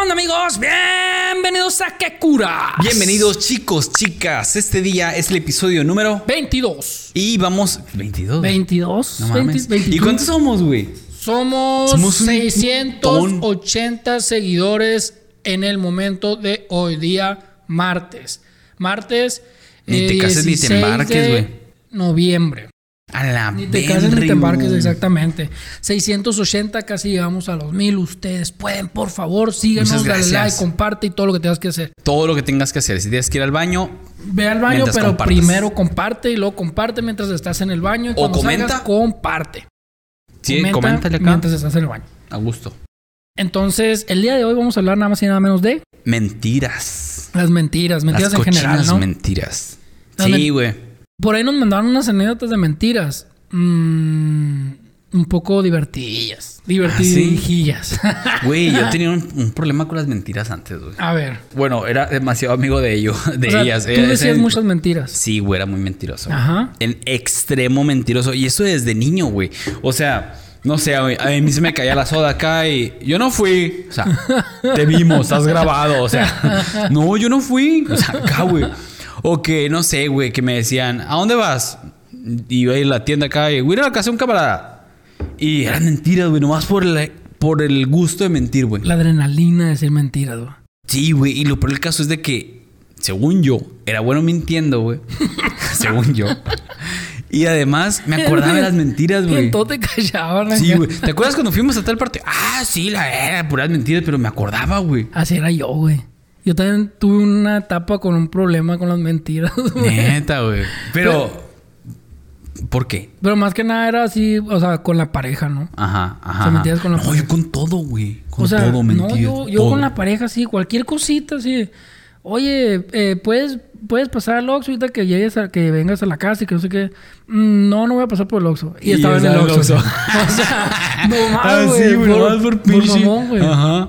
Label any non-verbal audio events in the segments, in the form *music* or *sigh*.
onda amigos? Bienvenidos a Que Cura. Bienvenidos chicos, chicas. Este día es el episodio número 22. y vamos 22. 22. No mames. 20, ¿Y cuántos somos, güey? Somos, Somos un 680 seguidores en el momento de hoy día, martes. Martes. Ni te cases ni te 16 embarques, de güey. Noviembre. A la Ni te cases ni te verga, embarques, güey. exactamente. 680, casi llegamos a los mil. Ustedes pueden, por favor, síganos, Muchas dale gracias. like, comparte y todo lo que tengas que hacer. Todo lo que tengas que hacer. Si tienes que ir al baño, Ve al baño, Mientras pero compartes. primero comparte y luego comparte mientras estás en el baño. Y O cuando salgas, comenta. comparte. sí, Comenta coméntale acá. Mientras estás en el baño. A gusto. Entonces, el día de hoy vamos a hablar nada más y nada menos de Mentiras. las mentiras, mentiras Las en general, cochinas ¿no? mentiras. Las Sí, men- güey. Por ahí nos mandaron unas anécdotas de mentiras. Mm, un poco Ah, divertidillas. Divertidillas. Güey, yo tenía un, un problema con las mentiras antes, güey. *laughs* a ver. Bueno, era demasiado amigo de ellos, *laughs* de o sea, ellas. tú Era ese- decías muchas mentiras. Sí, güey, era muy mentiroso. güey. Ajá. En extremo mentiroso. Y eso desde niño, güey. O sea, no sé, güey, a mí se me caía la soda acá y yo no fui. O sea, te vimos, estás grabado. O sea, no, yo no fui. O sea, acá, güey. O que, no sé, güey, que me decían, ¿a dónde vas? Y iba a ir a la tienda acá y, güey, a la casa de un camarada. Y eran mentiras, güey, nomás por el, por el gusto de mentir, güey. La adrenalina de decir mentiras, güey. Sí, güey. Y lo peor del caso es de que, según yo, era bueno *laughs* mintiendo, güey. según yo. Y además me acordaba de las *laughs* mentiras, Y güey. entonces te callaban. Sí, acá. güey. ¿Te acuerdas cuando fuimos a tal parte? Ah, sí, la era, puras mentiras, pero me acordaba, güey. Así era yo, güey. Yo también tuve una etapa con un problema con las mentiras, *laughs* *laughs* güey. Neta, güey. Pero, ¿por qué? Pero más que nada era así, o sea, con la pareja, ¿no? Ajá, ajá. O sea, mentiras con la no, yo con todo, güey. Con o sea, todo, mentiras. no, yo, yo todo. con la pareja, sí, cualquier cosita, sí. Oye, eh, ¿puedes, puedes pasar al Oxxo ahorita que llegues a, que vengas a la casa y que no sé qué. Mm, No, no voy a pasar por el Oxxo. Y, Y estaba en el estaba en el Oxxo. *laughs* o Oxxo. *laughs* sea, no Ah, más, güey. sí, güey, por- nomás por por pinche. Ah, mamón, güey. *laughs* Ajá.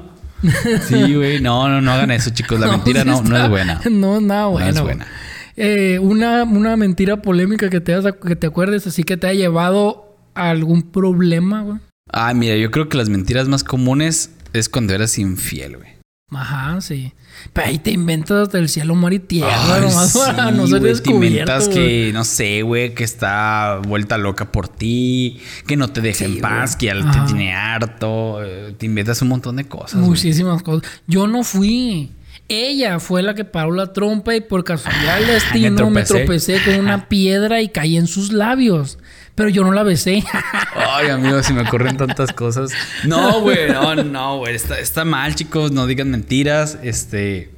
Sí, güey. No, no, no hagan eso, chicos. La mentira sí no, no está- es buena. *laughs* No es nada No buena. es güey. buena. Eh, una, una mentira polémica que te, has- que te acuerdes, así que te ha llevado a algún problema, güey. Ah, mira, yo creo que las mentiras más comunes es cuando eras infiel, güey. Ajá, sí. Pero ahí te inventas hasta el cielo, mar y tierra, Ay, nomás *laughs* sí, para no ser güey, te descubierto. inventas güey. que, no sé, güey, que está vuelta loca por ti, que no te Sí, deja en paz, güey. que ya Ajá. te tiene harto. eh, Te inventas un montón de cosas. güey. Muchísimas cosas. Yo no fui. Ella fue la que paró la trompa y por casualidad del destino me Ah, tropecé. Ah. tropecé con una piedra y caí en sus labios. Pero yo no la besé. *laughs* Ay, amigo, se me ocurren tantas cosas. No, güey, no, no, güey. Está, está mal, chicos. No digan mentiras. Este.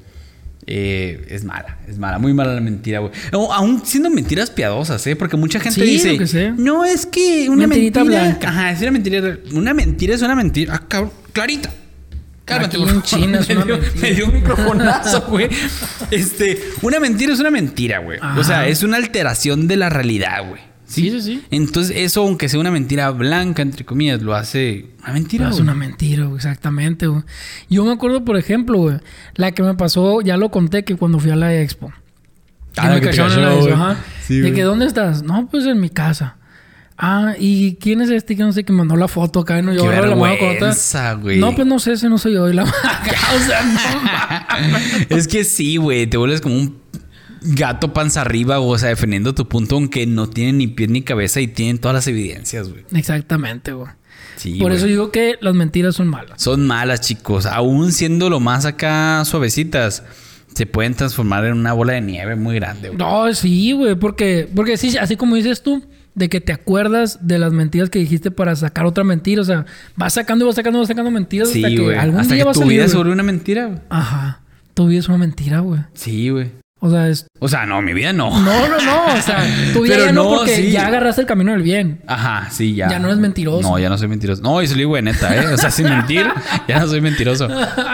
eh, es mala, es mala, muy mala la mentira, güey. O- Aún siendo mentiras piadosas, ¿eh? Porque mucha gente Sí, dice. lo que sea. No, es que una Mentirita mentira. blanca. Ajá, es una mentira. Una mentira es una mentira. Ah, cabrón. Clarita. Cálmate, Aquí por en favor. China es *laughs* me, una dio, mentira. me dio un microfonazo, güey. Este, una mentira es una mentira, güey. O sea, Ajá. es una alteración de la realidad, güey. Sí, sí, sí. Entonces, eso, aunque sea una mentira blanca, entre comillas, lo hace una mentira. No, es güey. una mentira, güey, exactamente, güey. Yo me acuerdo, por ejemplo, güey, la que me pasó, ya lo conté, que cuando fui a la expo. Que Ah, me la que te cacharon en la cachó, expo, güey. ajá. Sí, de güey. que, *laughs* ¿dónde estás? No, pues en mi casa. Ah, ¿y quién es este que no sé que mandó la foto acá? No, yo Qué agarro la mano vergüenza, güey. No, pues no sé, ese no soy yo. Y la *laughs* o sea, no mames. es que sí, güey, te vuelves como un gato panza arriba, o sea, defendiendo tu punto, aunque no tienen ni pie ni cabeza y tienen todas las evidencias, güey. Exactamente, güey. Sí, por güey. eso digo que las mentiras son malas. Son malas, chicos. Aún siendo lo más acá suavecitas, se pueden transformar en una bola de nieve muy grande, güey. No, sí, güey, porque, porque sí, así como dices tú, de que te acuerdas de las mentiras que dijiste para sacar otra mentira, o sea, vas sacando y vas sacando, vas sacando mentiras Sí, hasta güey. que algún Hasta día que vas a tu salir. vida se güey. vuelve una mentira, güey. Ajá, tu vida es una mentira, güey. Sí, güey. O sea, es... O sea, no, mi *laughs* vida no. No, no, no, o sea, tu vida Pero ya no, no, porque sí. ya agarraste el camino del bien. Ajá, sí, ya. Ya no eres mentiroso. No, ya no soy mentiroso. No, y se lo digo de neta, ¿eh? O sea, sin *laughs* mentir, ya no soy mentiroso.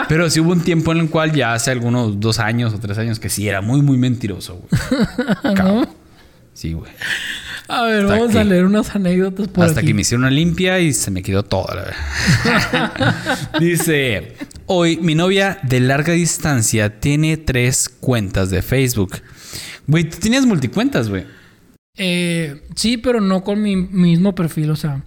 Pero sí hubo un tiempo en el cual, ya hace algunos dos años o tres años, que sí era muy, muy mentiroso, *laughs* güey. Cabrón. Sí, güey. A ver, Hasta vamos a aquí. leer unas anécdotas por Hasta aquí. que me hicieron una limpia y se me quedó todo, la verdad. *laughs* Dice: Hoy mi novia de larga distancia tiene tres cuentas de Facebook. Güey, tú tenías multicuentas, güey. Eh, sí, pero no con mi mismo perfil, o sea.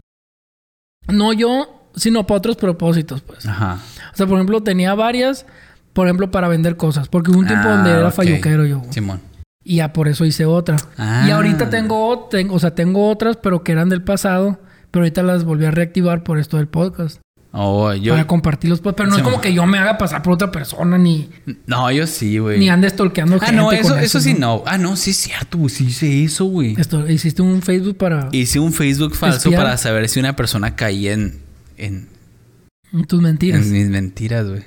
No yo sino para otros propósitos, pues. Ajá. O sea, por ejemplo, tenía varias, por ejemplo, para vender cosas, porque hubo un tiempo donde Ah, era ok. falluquero yo. Simón. Y ya por eso hice otra. Ah. Y ahorita tengo, ot- tengo, o sea, tengo otras, pero que eran del pasado, pero ahorita las volví a reactivar por esto del podcast. Oh, yo... Para compartirlos, pues, pero no Sí, es como mo. que yo me haga pasar por otra persona ni, No, yo sí, güey. ni ande stalkeando Ah, gente no, con eso, eso sí ¿no? no. Ah, no, sí es cierto, güey. Sí hice eso, güey. Esto, hiciste un Facebook para Hice un Facebook falso Espiar. para saber si una persona caía en, en, tus mentiras. en mis mentiras, güey.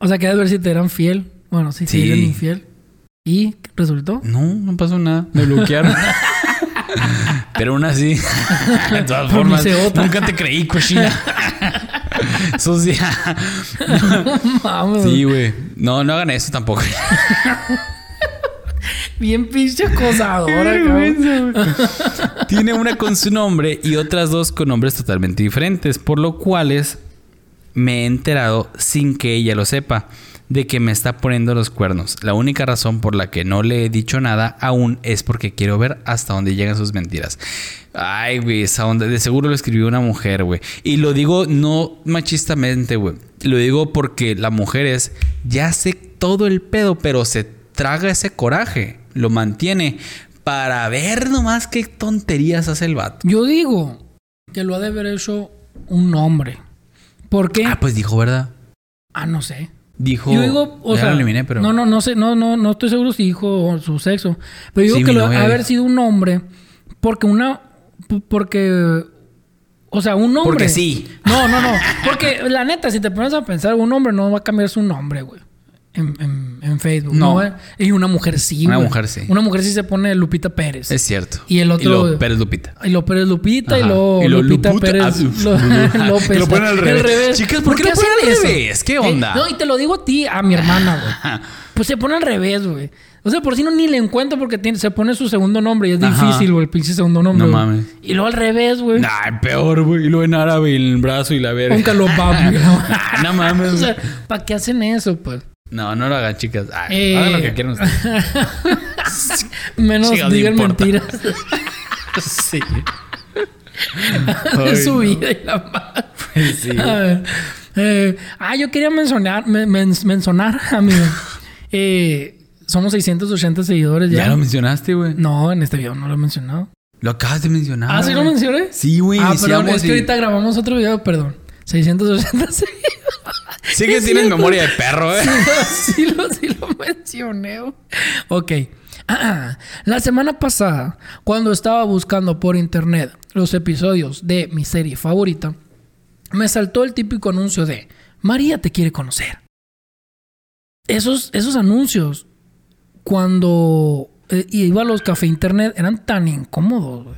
O sea, querías ver si te eran fiel. Bueno, si Sí. te eran infiel. ¿Y resultó? *laughs* No, no pasó nada. Me bloquearon. Pero *laughs* aún así, de todas Pero formas, hice otra. nunca te *laughs* creí, cochina. Eso sí. Mames, Sí, güey. No, no hagan *laughs* eso tampoco. Bien pinche *laughs* acosadora, cabrón. Tiene una con su nombre y otras dos con nombres totalmente diferentes, por lo cuales me he enterado sin que ella lo sepa de que me está poniendo los cuernos. La única razón por la que no le he dicho nada aún es porque quiero ver hasta dónde llegan sus mentiras. Ay, güey, esa onda. De seguro lo escribió una mujer, güey. Y lo digo no machistamente, güey. Lo digo porque la mujer es, ya sé todo el pedo, pero se traga ese coraje, lo mantiene para ver nomás qué tonterías hace el vato. Yo digo que lo ha de haber hecho un hombre. ¿Por qué? Ah, pues dijo, ¿verdad? Ah, no sé. Dijo. Yo digo, o ya sea, lo eliminé, pero. no, no, no sé, no, no, no estoy seguro si dijo su sexo, pero digo Sí, que mi lo, novia haber dijo. sido un hombre, porque una, porque, o sea, un hombre. Porque sí. No, no, no, porque la neta, si te pones a pensar, un hombre no va a cambiar su nombre, güey. En, en- en Facebook. No. No. eh. Y una mujer sí. Una güey. mujer sí. Una mujer sí se pone Lupita Pérez. Es cierto. Y el otro- Y luego Pérez Lupita. Y lo Pérez Lupita y Ajá. lo, Y lo Lupita Luputa- Pérez ah, uf, lo- Lupita. *laughs* López. Que *laughs* lo ponen al revés. Chicas, ¿por qué lo ponen al hacen revés? ¿Qué onda? no, y te lo digo a ti, a mi hermana, güey. *laughs* Pues se pone al revés, güey. O sea, por si no ni le encuentro porque tiene- se pone su segundo nombre y es Ajá. difícil, güey, el pinche segundo nombre. No güey. mames. Y luego al revés, güey. Nah, peor, güey. Y lo en árabe y el brazo y la verga. Nunca lo va, güey. *laughs* Ah, no mames. *laughs* O sea, ¿para qué hacen eso, pues? No, no lo hagan, chicas. Ah, Eh. Hagan lo que quieran ustedes. *laughs* Menos Chicas, no digan importa. mentiras sí. de *laughs* *laughs* Ay, su no. vida y la madre. Sí. *laughs* A ver, eh, ah, yo quería mencionar, men- men- mencionar, *laughs* amigo. Eh, somos 680 seguidores ya. Ya lo mencionaste, güey. No, en este video no lo he mencionado. Lo acabas de mencionar. Ah, ¿sí lo güey. mencioné? Sí, güey. ah, perdón, iniciamos es que y- ahorita grabamos otro video, perdón. 680 *laughs* seguidores. Sí que Es tienes cierto. memoria de perro, eh. *laughs* sí, lo, sí lo mencioné. güey. Ok. *clears throat* Ah, la semana pasada, cuando estaba buscando por internet los episodios de mi serie favorita, me saltó el típico anuncio de María te quiere conocer. Esos, esos anuncios, cuando eh, iba a los café internet, eran tan incómodos, güey.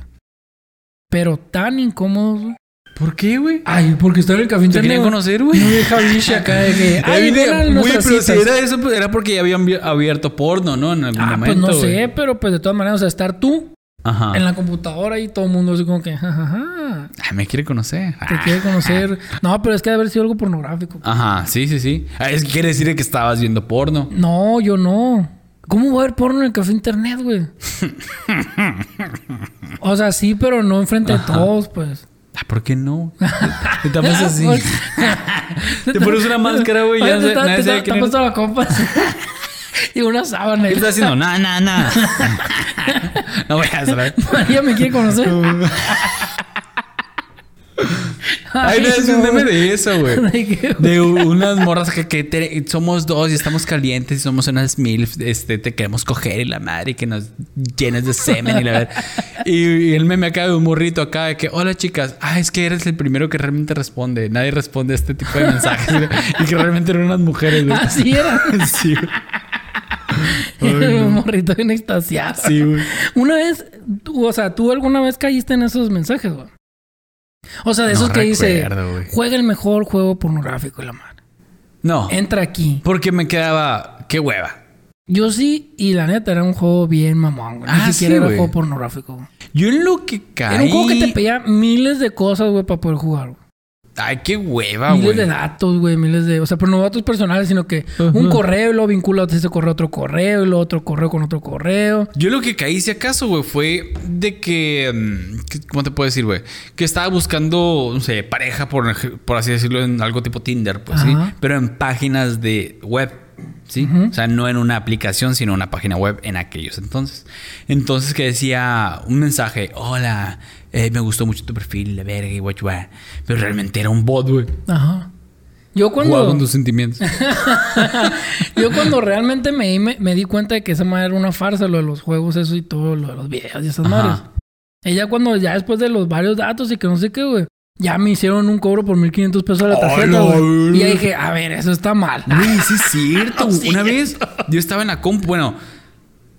Pero tan incómodos, güey. ¿Por qué, güey? Ay, porque estar en el café ¿Te *laughs* querían güey. conocer, Y güey? no deja biche acá de que. Ahí Ay, viene- fueron güey, nuestras pero si citas". era eso, pues, era porque ya habían vi- abierto porno, ¿no? En algún Ah, pues momento. no sé, güey. Ah. pero pues de todas maneras, o sea, estar tú Ajá. en la computadora y todo el mundo así como que, jajaja, Ah, me quiere conocer. te Ah. quiere conocer. No, pero es que debe haber sido algo pornográfico. Ajá, sí, sí, sí. Ah, es que quiere decir que estabas viendo porno. No, yo no. ¿Cómo va a haber porno en el café internet, *laughs* güey? o sea, sí, pero no enfrente de todos, pues. Ah, ¿por qué *laughs* no? Te tapas así. Pues- *laughs* Te pones una máscara, güey, Oye, ya te se- está- nadie te sabe está- quién te eres. has puesto la copa *laughs* y *laughs* una sábana. ¿Qué estás haciendo? Nada, nada, *laughs* nada. No voy a *laughs* hacer. María me quiere conocer. Ay, no, es un *laughs* meme de eso, güey. Ay, qué- *laughs* De u- unas morras que, que te- somos dos y estamos calientes y somos unas mil, este, te queremos coger y la madre y que nos llenes de semen y la verdad. Y, y el meme acá de un morrito acá de que, hola chicas, ah, es que eres el primero que realmente responde. Nadie responde a este tipo de mensajes *laughs* y que realmente eran unas mujeres. güey. Así era. *laughs* Sí, güey. *laughs* Un morrito bien extasiado. Sí, güey. Una vez, tú- o sea, tú alguna vez caíste en esos mensajes, güey. O sea, de No esos que dice, recuerdo, güey. juega el mejor juego pornográfico, y la madre. No, Entra aquí. porque me quedaba, qué hueva. Yo sí, y la neta, era un juego bien mamón, güey. Ni Ah, siquiera sí, era güey. juego pornográfico. güey. Yo en lo que caí. Era un juego que te pedía miles de cosas, güey, para poder jugar, güey. Ay, qué hueva, miles Ah, güey. de datos, güey, miles de. O sea, pero no datos personales, sino que un correo lo vincula a ese correo a otro correo, y luego otro correo con otro correo. Yo lo que caí, si acaso, güey, fue de que. mm, que- ¿Cómo te puedo decir, güey? Que estaba buscando, no sé, pareja, por, ej- por así decirlo, en algo tipo Tinder, pues Ajá. sí. Pero en páginas de web, ¿sí? O sea, no en una aplicación, sino en una página web en aquellos entonces. Entonces que decía un mensaje: Hola, eh, me gustó mucho tu perfil, la verga y guachua. Pero realmente era un bot, güey. Ajá. Yo cuando. Jugaba con tus sentimientos. Yo cuando realmente me, di- me, me di cuenta de que esa madre era una farsa, lo de los juegos, eso y todo, lo de los videos y esas Ajá. madres. Ella cuando, ya después de los varios datos y que no sé qué, güey, ya me hicieron un cobro por 1500 pesos de la ¡A tarjeta, la güey. Y verga! ya dije, a ver, eso está mal. Güey, *laughs* sí es cierto. Sí Una es vez yo estaba en la compu. Bueno,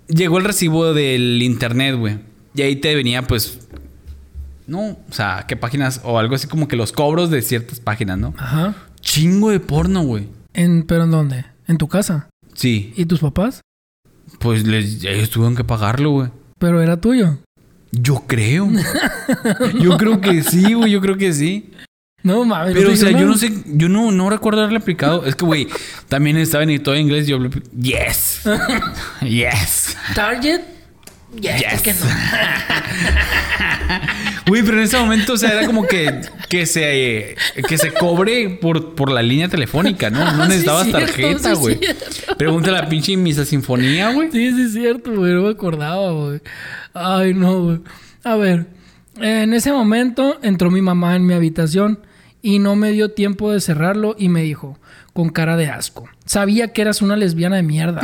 llegó el recibo del internet, güey. Y ahí te venía, pues. No, o sea, qué páginas o algo así como que los cobros de ciertas páginas, ¿no? Ajá. Chingo de porno, güey. En, ¿Pero en dónde? ¿En tu casa? Sí, ¿Y tus papás? pues les, ellos tuvieron que pagarlo, güey. Pero era tuyo. Yo *laughs* creo. Yo creo que sí, güey. Yo creo que sí. No mames. Pero, te o sea, dijeron yo no nada. sé, yo no, no recuerdo haberle aplicado. Es que, güey, también estaba en todo en inglés. Yo hablé, *laughs* yes. Yes. Target. Ya, Yes. que no. Güey, pero en ese momento, o sea, era como que, que, se, eh, que se cobre por, por la línea telefónica, ¿no? No Ah, sí, necesitabas cierto, tarjeta, sí, güey. cierto. Pregúntale a la pinche Misa Sinfonía, Ah, güey. Sí, sí, es cierto, güey. No me acordaba, güey. Ay, no, güey. A ver, en ese momento entró mi mamá en mi habitación y no me dio tiempo de cerrarlo y me dijo, con cara de asco, sabía que eras una lesbiana de *laughs* mierda.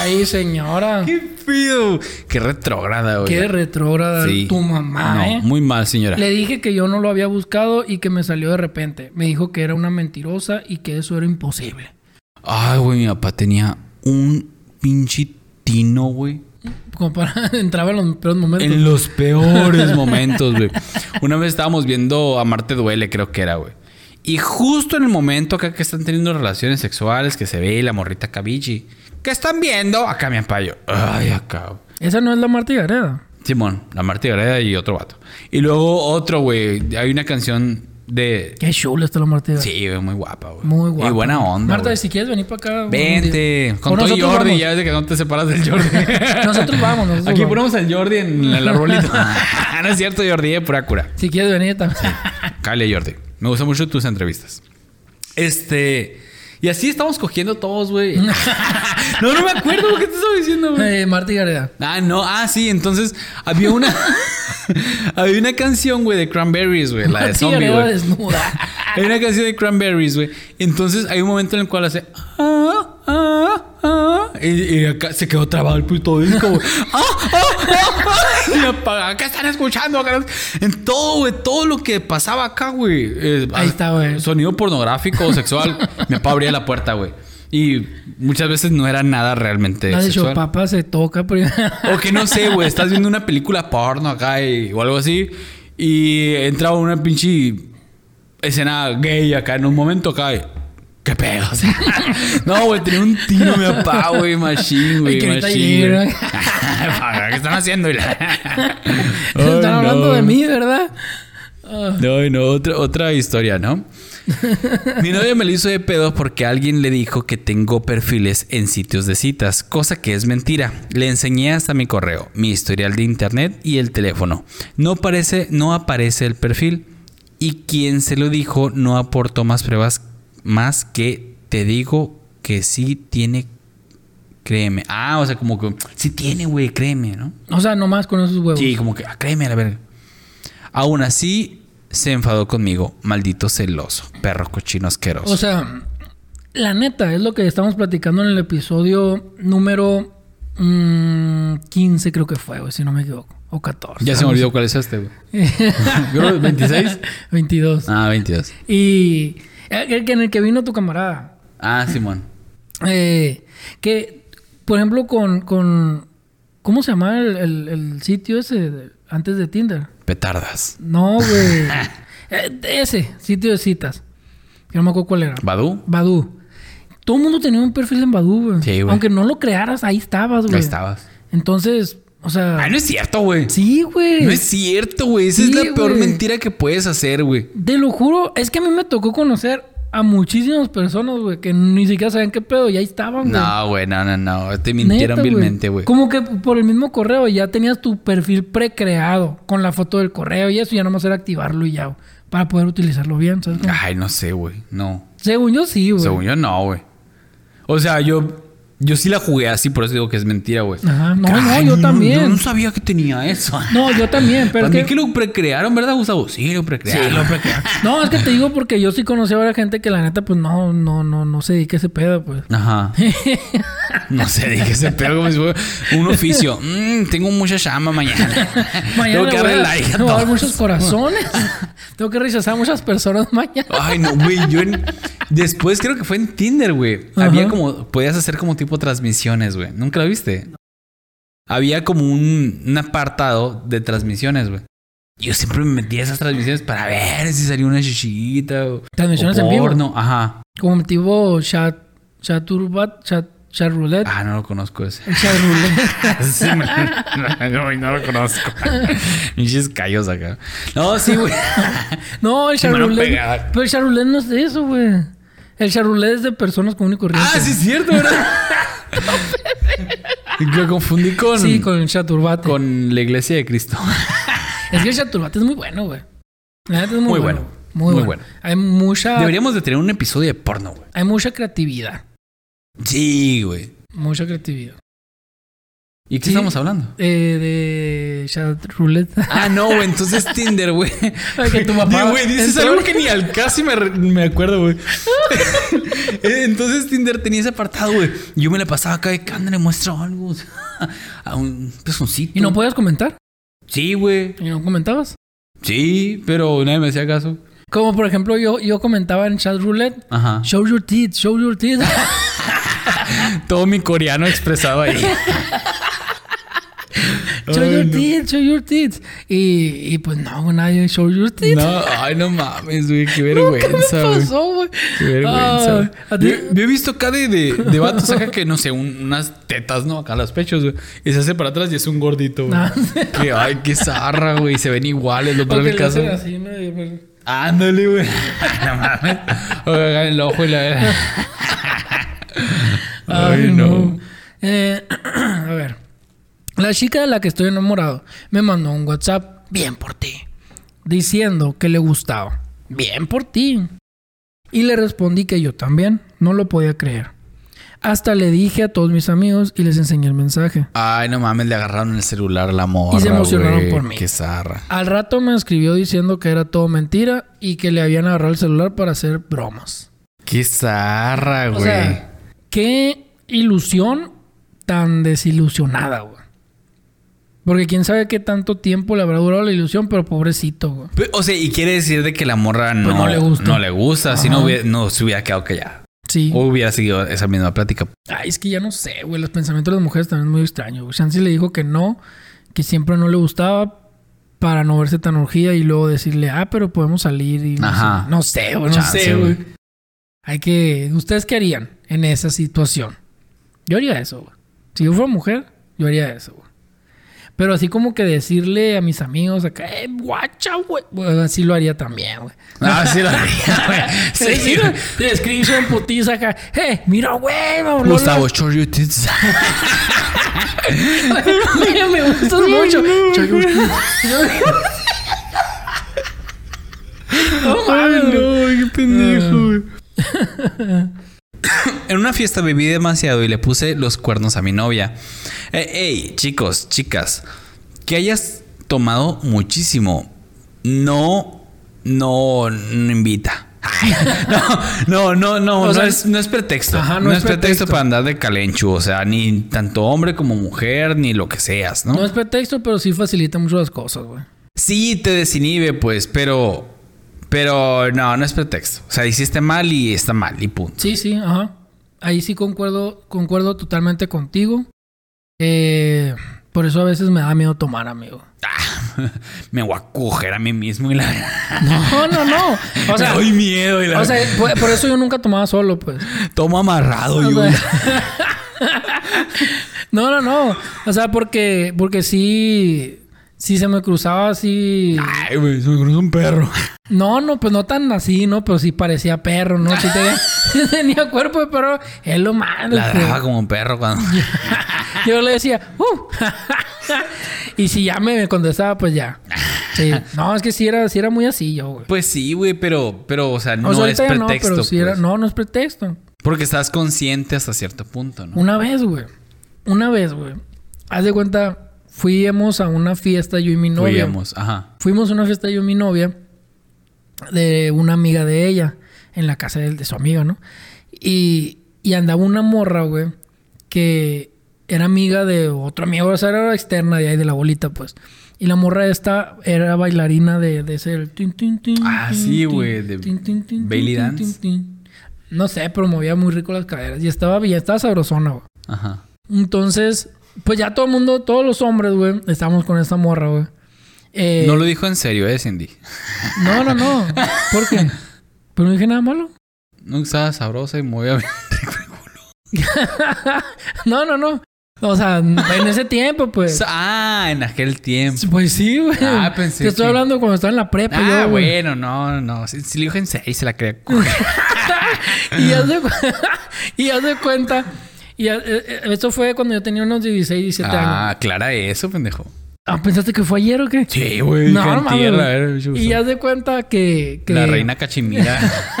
Ay, señora. ¡Qué pido! ¡Qué retrógrada, güey! Qué retrógrada Sí. tu mamá, No, ¿eh? muy mal, señora. Le dije que yo no lo había buscado y que me salió de repente. Me dijo que era una mentirosa y que eso era imposible. Ay, güey, mi papá tenía un pinche tino, güey. Como para... *laughs* Entraba en los peores momentos. En los peores momentos, güey. Una vez estábamos viendo A Marte Duele, creo que era, güey. Y justo en el momento acá que están teniendo relaciones sexuales, que se ve la morrita cabichi. ¿Qué están viendo? Acá mi apayo. Ay, acá. Esa no es la Marta Gareda. Simón, la Marta Gareda y otro vato. Y luego otro, güey. Hay una canción de. Qué chula está la Marta Gareda. Sí, güey, muy guapa, güey. Muy guapo. Y buena onda. Marta, güey. si quieres venir para acá. Vente. un día. Con todo nosotros y Jordi, vamos. ya ves de que no te separas del Jordi. *laughs* Nosotros vamos, nosotros Aquí vamos. ponemos al Jordi en el *laughs* arbolito. *laughs* no es cierto, Jordi, es pura cura. Si quieres venir también. *laughs* Cale, Jordi. Me gustan mucho tus entrevistas. Este. Y así estamos cogiendo todos, güey. *laughs* no, no me acuerdo qué te estaba diciendo, güey. *laughs* Eh, Marta y Gareda. Ah, no, ah, sí, entonces había una. *laughs* había una canción, güey, de Cranberries, güey, *laughs* la de Marta y Zombie, Gareda güey. *laughs* desnuda. Hay una canción de Cranberries, güey. Entonces hay un momento en el cual hace. Ah, ah, ah, y, y acá se quedó trabado el puto disco, güey. *laughs* Ah, ah, ah, ah, y apaga. Acá están escuchando, acá. En todo, güey, todo lo que pasaba acá, güey. eh, Ahí está, güey. Sonido pornográfico o sexual. me papá abría la puerta, güey. Y muchas veces no era nada realmente Ha dicho, sexual. papá se toca primero. O *laughs* que no sé, güey, estás viendo una película porno acá y- o algo así y entra una pinche escena gay acá en un momento acá. y, ¿Qué pedo? *laughs* O sea, no, güey, tenía un tiro mi papá, güey, machín, güey, Y que ahorita machín. güey. llega. Papá, *laughs* ¿Qué *laughs* están haciendo? Y la- Ay, Están hablando no. de mí, ¿verdad? Ah, *laughs* No, y no, otra, otra historia, ¿no? Mi novia me lo hizo de pedo porque alguien le dijo que tengo perfiles en sitios de citas, cosa que es mentira. Le enseñé hasta mi correo, mi historial de internet y el teléfono. No parece, no aparece el perfil. Y quien se lo dijo no aportó más pruebas más que te digo que sí tiene, créeme. Ah, o sea, como que sí tiene, güey, créeme, ¿no? o sea, nomás con esos huevos. Sí, como que, ah, créeme, a la verga. Aún así, se enfadó conmigo. Maldito celoso, perro cochino asqueroso. O sea, la neta, es lo que estamos platicando en el episodio número mm, 15, creo que fue, güey, si no me equivoco. O 14. ya se me olvidó cuál es este, güey. *laughs* *laughs* Creo, 26. 22. Ah, 22. Y el el que- en el que vino tu camarada. Ah, Simón. Eh, que, por ejemplo, con, con... ¿Cómo se llamaba el, el- el sitio ese de- antes de Tinder? Petardas. No, *laughs* güey. Eh, ese, sitio de citas. Que no me acuerdo cuál era. ¿Badú? Badu. Todo el mundo tenía un perfil en Badu, güey. Sí, güey. Aunque no lo crearas, ahí estabas, güey. Ahí estabas. Entonces, O sea. Ay, Ah, no es cierto, güey. Ah. Sí, güey. No es cierto, güey. Esa Sí, es la peor güey. mentira que puedes hacer, güey. Te lo juro, es que a mí me tocó conocer a muchísimas personas, güey, que ni siquiera sabían qué pedo y ahí estaban, güey. No, güey, no, no, no. Te mintieron Neta, güey. vilmente, güey. Como que por el mismo correo ya tenías tu perfil precreado con la foto del correo y eso ya nomás era activarlo y ya, güey, para poder utilizarlo bien, ¿sabes? cómo? Ay, no sé, güey. No. Según yo sí, güey. Ah. Según yo, no, güey. O sea, yo. Yo sí la jugué así, por eso digo que es mentira, güey. Ajá. No, Ay, no, yo también. Yo no sabía que tenía eso. No, yo *laughs* también, pero es También que- que lo precrearon, ¿verdad, Gustavo? Sí, lo precrearon. Sí, lo No, es que te digo porque yo sí conocí a varias gente que la neta, pues no, no, no, no se dedica a ese pedo, pues. *laughs* *laughs* Ajá. No sé, dije ese pedo como si fuera *laughs* un oficio. Mm, tengo mucha llama mañana. tengo Mañana que voy darle a, *laughs* like a voy a dar todo. muchos *laughs* corazones. tengo que rechazar a muchas personas *laughs* mañana. Ay, no, güey. Yo en- después creo que fue en Tinder, güey. Ajá. Había como, podías hacer como tipo transmisiones, güey. ¿Nunca lo viste? Había como un, un apartado de transmisiones, güey. Yo siempre me metía a esas transmisiones para ver si salía una chichita o, Transmisiones o en vivo. porno. Ajá. Como tipo chat, chat turbat, chat, chat roulette. Ah, no lo conozco ese. Chat roulette. *laughs* Sí, me- no, no lo conozco. *laughs* Pinches callos acá. No, sí, güey. No, el Sí, me lo charulet. pegaron. Pero el charulet no es de eso, güey. El charulet es de personas común y corriente. Ah, sí, es cierto, ¿verdad? *laughs* Lo confundí con, Sí, con... con el chaturbate. la iglesia de Cristo. Es que el chaturbate es muy bueno, güey. La neta es muy, Muy bueno. bueno. Muy, Muy bueno. bueno. Hay mucha, Deberíamos de tener un episodio de porno, güey. hay mucha creatividad. Sí, güey. Mucha creatividad. ¿Y qué Sí. estamos hablando? Eh, de chat *laughs* roulette. Ah, no, güey. Entonces Tinder, *laughs* güey. Ay, que tu papá Di- Güey, dices entró- algo que ni al casi me, re- me *laughs* acuerdo, güey. Eh, Entonces Tinder tenía ese apartado, güey. Yo me la pasaba acá de que le muestro algo. *laughs* A un pezoncito. ¿Y no podías comentar? Sí, güey. ¿Y no comentabas? Sí, pero nadie me hacía caso. Como por ejemplo yo, yo comentaba en chat roulette. Ajá. Show your teeth, show your teeth. Todo mi coreano *laughs* expresado ahí. *laughs* show Ay, your no. teeth, show your teeth. Y, y pues no, güey, nadie, show your teeth. No, ay, no mames, güey, qué ¿Qué me vergüenza, güey. pasó, güey? Qué vergüenza. Ah, a ti- yo, yo he visto acá de, de, de vatos acá que, no sé, un- unas tetas, ¿no? Acá los pechos, güey. Y se hace para atrás y es un gordito, güey. Ah. Que, ay, qué zarra, güey. Se ven iguales, lo Porque peor del le caso. hacen así, ¿no? Y, pues, Ándale, güey. *laughs* Ay, no mames. Oigan, el ojo *laughs* y la... Ay, no. Eh, *clears throat* a ver. La chica de la que estoy enamorado me mandó un WhatsApp, bien por ti, diciendo que le gustaba. Bien por ti. Y le respondí que yo también, no lo podía creer. Hasta le dije a todos mis amigos y les enseñé el mensaje. Ay, no mames, le agarraron el celular a la morra. Y se emocionaron güey. por mí. Qué zarra. Al rato me escribió diciendo que era todo mentira y que le habían agarrado el celular para hacer bromas. Qué zarra, O güey. sea, qué ilusión tan desilusionada, güey. Porque quién sabe qué tanto tiempo le habrá durado la ilusión, pero pobrecito, güey. Pe- o sea, y quiere decir de que la morra no, pues no le gusta. no le gusta, si Ajá. no, hubiera- no se hubiera quedado callada. Sí. O hubiera seguido esa misma plática. Ay, es que ya no sé, güey. Los pensamientos de las mujeres también es muy extraño, güey. Shansi le dijo que no, que siempre no le gustaba para no verse tan urgida y luego decirle, ah, pero podemos salir y no Ajá. sé. No sé, güey. No Chance, sé, güey. güey. Hay que. ¿Ustedes qué harían en esa situación? Yo haría eso, güey. Si yo fuera mujer, yo haría eso, güey. Pero así como que decirle a mis amigos acá, eh, guacha, güey. Bueno, así lo haría también, güey. Ah, sí *laughs* lo haría, güey. *laughs* Sí, Sí, güey. de screenshot putiza acá. ¡Eh! Mira, güey, me habló la- Gustavo, show your tits. Mira, me gustas mucho. Chayo. No mames, güey. qué pendejo, Ah. *laughs* En una fiesta bebí demasiado y le puse los cuernos a mi novia. Eh, ey, chicos, chicas, que hayas tomado muchísimo no, no, no invita. Ay, *laughs* No, no, no, no, O no, sea, es, no es pretexto. ajá, no, es pretexto, para andar de calenchu. O sea, ni tanto hombre como mujer, ni lo que seas, ¿no? No es pretexto, pero sí facilita mucho las cosas, güey. Sí, te desinhibe, pues, pero. Pero no, no es pretexto. O sea, hiciste mal y está mal, y punto. *laughs* Sí, sí, ajá. Ahí sí concuerdo, concuerdo totalmente contigo. Eh, por eso a veces me da miedo tomar, amigo. Ah, me voy a coger a mí mismo y la. *laughs* No, no, no. O sea, me doy miedo y la. o sea, por, por eso yo nunca tomaba solo, pues. tomo amarrado y O una. sea, *laughs* No, no, no. O sea, porque, porque sí. Sí se me cruzaba así. *laughs* Ay, güey, se me cruzó *laughs* un perro. No, no, pues no tan así, ¿no? Pero sí parecía perro, ¿no? Sí *laughs* tenía, *laughs* sí tenía cuerpo de perro. Es lo malo. Ladraba como un perro cuando. *laughs* que *laughs* Yo le decía, ¡uh! *laughs* y si ya me contestaba, pues ya. Sí. No, es que sí era, sí era muy así yo, güey. Pues sí, güey, pero, pero, o sea, Pues no O sea, es ahorita ya pretexto. no, pero sí era- pues. no, no es pretexto. Porque estás consciente hasta cierto punto, ¿no? Una vez, güey. Una vez, güey. Haz de cuenta, fuimos a una fiesta yo y mi novia. Fuimos, ajá. Fuimos a una fiesta yo y mi novia de una amiga de ella en la casa de, de su amiga, ¿no? Y, y andaba una morra, güey, que era amiga de otro amigo, o sea, era externa de ahí de la bolita, pues. Y la morra esta era bailarina de, de ese... tin, tin, tin, Ah, tin, sí, tin, güey, de tin, tin, tin, belly tin, dance. tin, tin. No sé, pero movía muy rico las caderas. Y estaba, y estaba sabrosona, güey. Ajá. Entonces, pues ya todo el mundo, todos los hombres, güey, estábamos con esta morra, güey. Eh, No lo dijo en serio, ¿eh, Cindy? no, no, no. ¿Por qué? Pero no dije nada malo. No estaba sabrosa y movía bien. No, no, no. O sea, en ese tiempo, pues. *laughs* Ah, en aquel tiempo. Pues sí, güey. Ah, pensé Te estoy que- hablando cuando estaba en la prepa. Ah, yo, güey. bueno, no, no. Si, si lo dijo en serio, se la *laughs* quería coger. Y haz de, cu- *laughs* y haz de cuenta. Y haz- eh, eh, esto fue cuando yo tenía unos 16, 17 ah, años. aclara eso, pendejo. Ah, ¿pensaste que fue ayer o qué? Sí, güey. No, que no mames. antier, güey. a ver, yo- Y haz de cuenta que. que- La reina Cachimira. *laughs*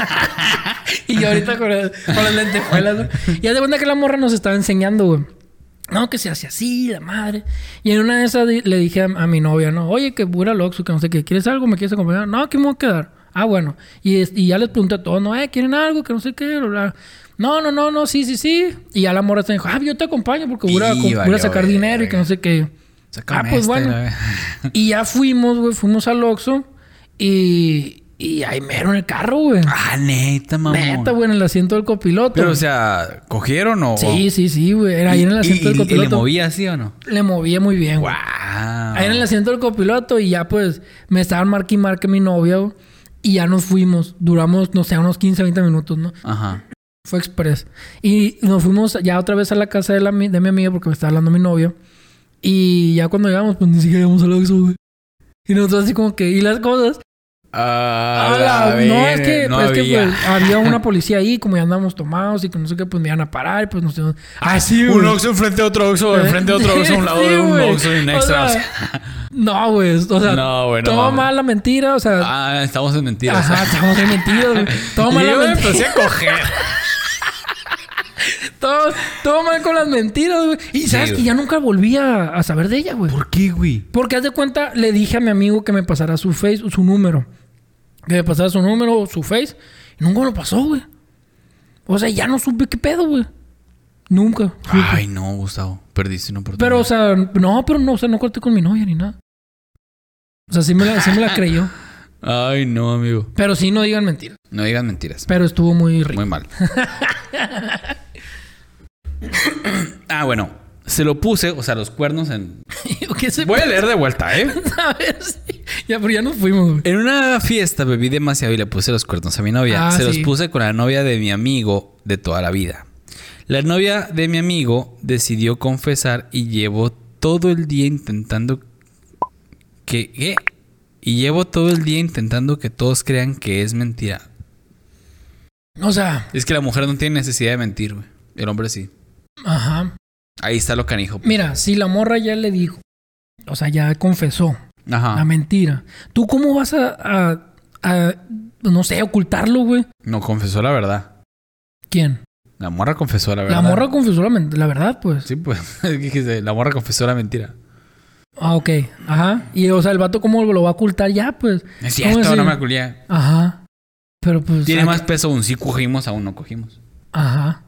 Y yo ahorita con, el- con las lentejuelas, ¿no? Y haz de cuenta que la morra nos estaba enseñando, güey. No, que se hace así, la madre. Y en una de esas di- le dije a, a mi novia, ¿no? Oye, que pura loxo, que no sé qué. ¿Quieres algo? ¿Me quieres acompañar? No, aquí me voy a quedar. Ah, bueno. Y, es- y ya les pregunté a todos, ¿no? Eh, ¿quieren algo? Que no sé qué. bla, bla. No, no, no, no, sí, sí, sí. Y ya la morra se dijo, ah, yo te acompaño porque voy a Y voy a valió sacar verga. dinero y que no sé qué. Sácame Ah, pues esta, bueno. la- Y ya fuimos, güey, fuimos al Oxxo y, y ahí mero en el carro, güey. Ah, neta, mamón. Neta, güey, en el asiento del copiloto. Pero, o sea, ¿cogieron o...? Sí, sí, sí, güey. Era ahí en el Oh. ¿Y- asiento y- del y le copiloto. movía así o no? le movía muy bien, güey. ¡Guau! Ahí en el asiento del copiloto y ya pues me estaban marque y marque mi novia, güey. Y ya nos fuimos. Duramos, no sé, unos 15, 20 minutos, ¿no? Ajá. Fue express. Y nos fuimos ya otra vez a la casa de, la, mi- de mi amiga porque me estaba hablando mi novio. Y ya cuando llegamos, pues ni siquiera íbamos al Oxxo, güey. Y nosotros así como que... ¿Y las cosas? Ah, Hola, la no, es que, verga, no pues, es que, había. pues, había *laughs* una policía ahí, como ya andábamos tomados y que no sé qué, pues me iban a parar y pues nos tuvimos... Así, Un Oxxo enfrente de otro Oxxo, enfrente de otro *laughs* Oxxo, a un lado ¿Eh? *laughs* Sí, de un güey. Oxxo y un O extra. ¿Eh? sea, o sea. no, güey. O sea, No, güey, no todo mames. *laughs* mal la mentira. O sea, ah, estamos en mentiras. ajá, estamos en mentiras, güey. *laughs* Todo mal y la yo me mentira. empecé a coger. *laughs* Todo, todo mal con las mentiras, güey. Y sabes güey. que ya nunca volví a, a saber de ella, güey. *laughs* ¿Por qué, güey? Porque haz de cuenta, le dije a mi amigo que me pasara su face, su número. Que me pasara su número, su face. Y nunca me lo pasó, güey. O sea, ya no supe qué pedo, güey. Nunca. Ay, no, Gustavo. Perdiste una oportunidad. Pero, o sea, no, pero no, o sea, no corté con mi novia ni nada. O sea, sí me la, sí *laughs* me la creyó. Ay, no, amigo. Pero sí, no digan mentiras. No digas mentiras. Pero estuvo muy rico. Muy *laughs* mal. ah, bueno. Se lo puse, o sea, los cuernos en... *laughs* ¿Qué se Voy a leer de vuelta, ¿eh? ¿Sabes? Ya, pero ya nos fuimos, güey. En una fiesta bebí demasiado y le puse los cuernos a mi novia. Ah, Se los sí. puse con la novia de mi amigo de toda la vida. La novia de mi amigo decidió confesar y llevo todo el día intentando que... ¿qué? Y llevo todo el día intentando que todos crean que es mentira. O sea, Es que la mujer no tiene necesidad de mentir, güey. El hombre sí. ajá. Ahí está lo canijo. pues. Mira, si la morra ya le dijo, o sea, ya confesó la Ajá. mentira, ¿tú cómo vas a, a- a, no sé, ocultarlo, güey? No confesó la verdad. ¿Quién? La morra confesó la La verdad. morra confesó la, men- la verdad, pues. Sí, pues. *laughs* dijiste, la morra confesó la mentira. Ah, ok. Ajá. Y, o sea, el vato, ¿cómo lo va a ocultar ya, pues? ¿Cómo Es cierto, no decir? me aculía. Ajá. Pero, pues... Tiene ah, más peso un sí cogimos a un no cogimos. Ajá.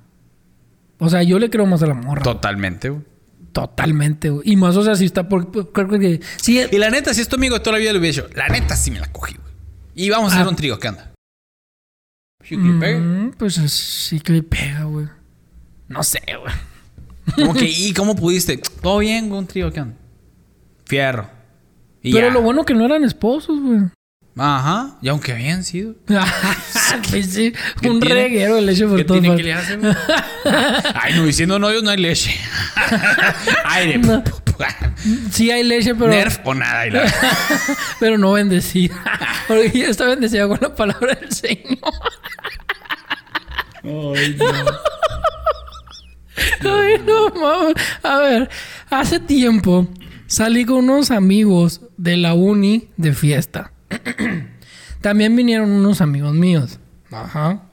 O sea, yo le creo más a la morra. Totalmente, güey. Totalmente, güey. Y más, o sea, si está por... por- creo que... Sí, eh, Y la neta, si es tu amigo de toda la vida lo hubiera hecho, la neta sí me la cogí, güey. Y vamos a hacer Ah. un trigo, ¿qué anda? Mm, pues sí que le pega, güey. No sé, güey. Como que, ¿y cómo pudiste? Todo bien, güey, un trío, ¿qué onda? Fierro. Y Pero ya. *laughs* lo bueno que no eran esposos, güey. Ajá. Y aunque habían sido. Pues sí, ¿Qué un tiene? reguero de leche por ¿Qué todos tiene lados. que le hacen? *laughs* Ay, no, diciendo novios no hay leche. *laughs* Aire. No. Sí hay leche, pero, Nerf o nada. y la- *laughs* pero no bendecida. *laughs* Porque ella está bendecida con la palabra del Señor. Ay, no mames. A ver, hace tiempo salí con unos amigos de la uni de fiesta. *clears throat* También vinieron unos amigos míos. Ajá.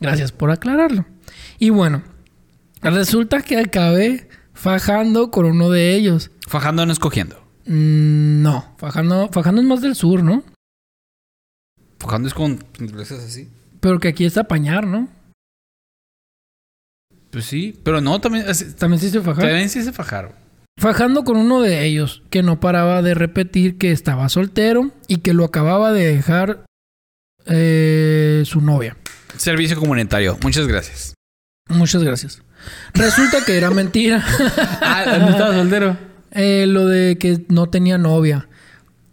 Gracias por aclararlo. Y bueno, resulta que acabé fajando con uno de ellos. Fajando no escogiendo. Mm, no, fajando, fajando es más del sur, ¿no? Fajando es con ingleses así. Pero que aquí es apañar, ¿no? Pues sí, pero no, también, así- También se dice fajar. también sí se fajaron. Fajando con uno de ellos, que no paraba de repetir que estaba soltero y que lo acababa de dejar eh, su novia. Servicio comunitario, muchas gracias. Muchas gracias. Resulta que era mentira *laughs* Ah, no estaba soltero. eh, lo de que no tenía novia.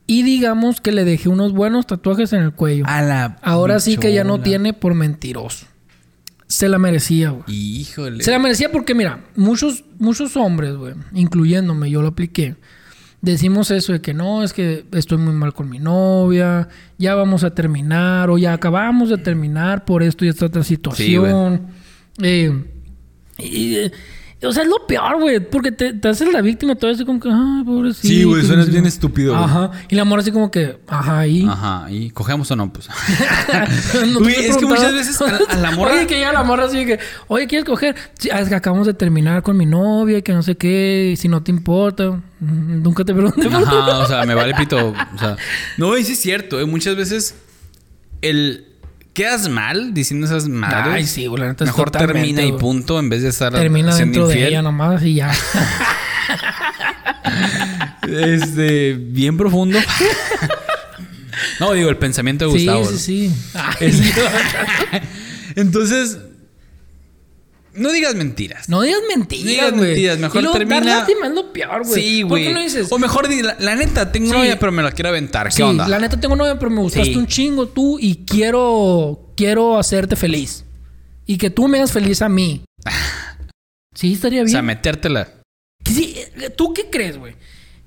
Y digamos que le dejé unos buenos tatuajes en el cuello. A la. Ahora sí que ya no chola. tiene por mentiroso. Se la merecía, güey. Híjole. Se la merecía porque, mira, muchos, muchos hombres, güey, incluyéndome, yo lo apliqué. Decimos eso de que no, es que estoy muy mal con mi novia, ya vamos a terminar, o ya acabamos de terminar por esto y esta otra situación. Eh, y, eh, o sea, es lo peor, güey, porque te, te haces la víctima, todo así como que, ay, pobrecito. Sí, güey, que suenas no sé bien qué". estúpido, güey. Ajá. Y la amor así como que, ajá, y. Ajá, y cogemos o no, pues. *laughs* No te Güey, había es que muchas preguntado. *laughs* veces a, a la morra. Oye, que ya la morra así que, oye, ¿quieres coger? Sí, ah, es que acabamos de terminar con mi novia, que no sé qué, y si no te importa. Mm, Nunca te pregunté por tu- *laughs* Ajá, o sea, me vale pito. O sea, no, y sí es cierto, eh, muchas veces el. Quedas mal diciendo esas madres. Ay, sí, güey, la neta es Mejor totalmente, termina y güey. punto en vez de estar Termina siendo dentro de infiel. ella nomás y *laughs* ya. Este, bien profundo. no, digo, el pensamiento de sí, Gustavo. sí, ¿no? Ah. sí. Eh, Ay, Es- Entonces, no digas mentiras. no digas No digas mentiras, güey. mentiras, mejor Y luego dar termina- lástima es lo peor, Ah, güey. Sí, ¿Por qué güey. no dices? O mejor, di, la, la neta, tengo Sí. novia, pero me la quiero aventar. ¿Qué Sí, onda? la neta tengo novia, pero me gustaste Sí. un chingo tú y quiero quiero hacerte feliz. Y que tú me hagas feliz a mí. *laughs* Sí, estaría O bien. sea, metértela. Sí, ¿Tú qué crees, güey?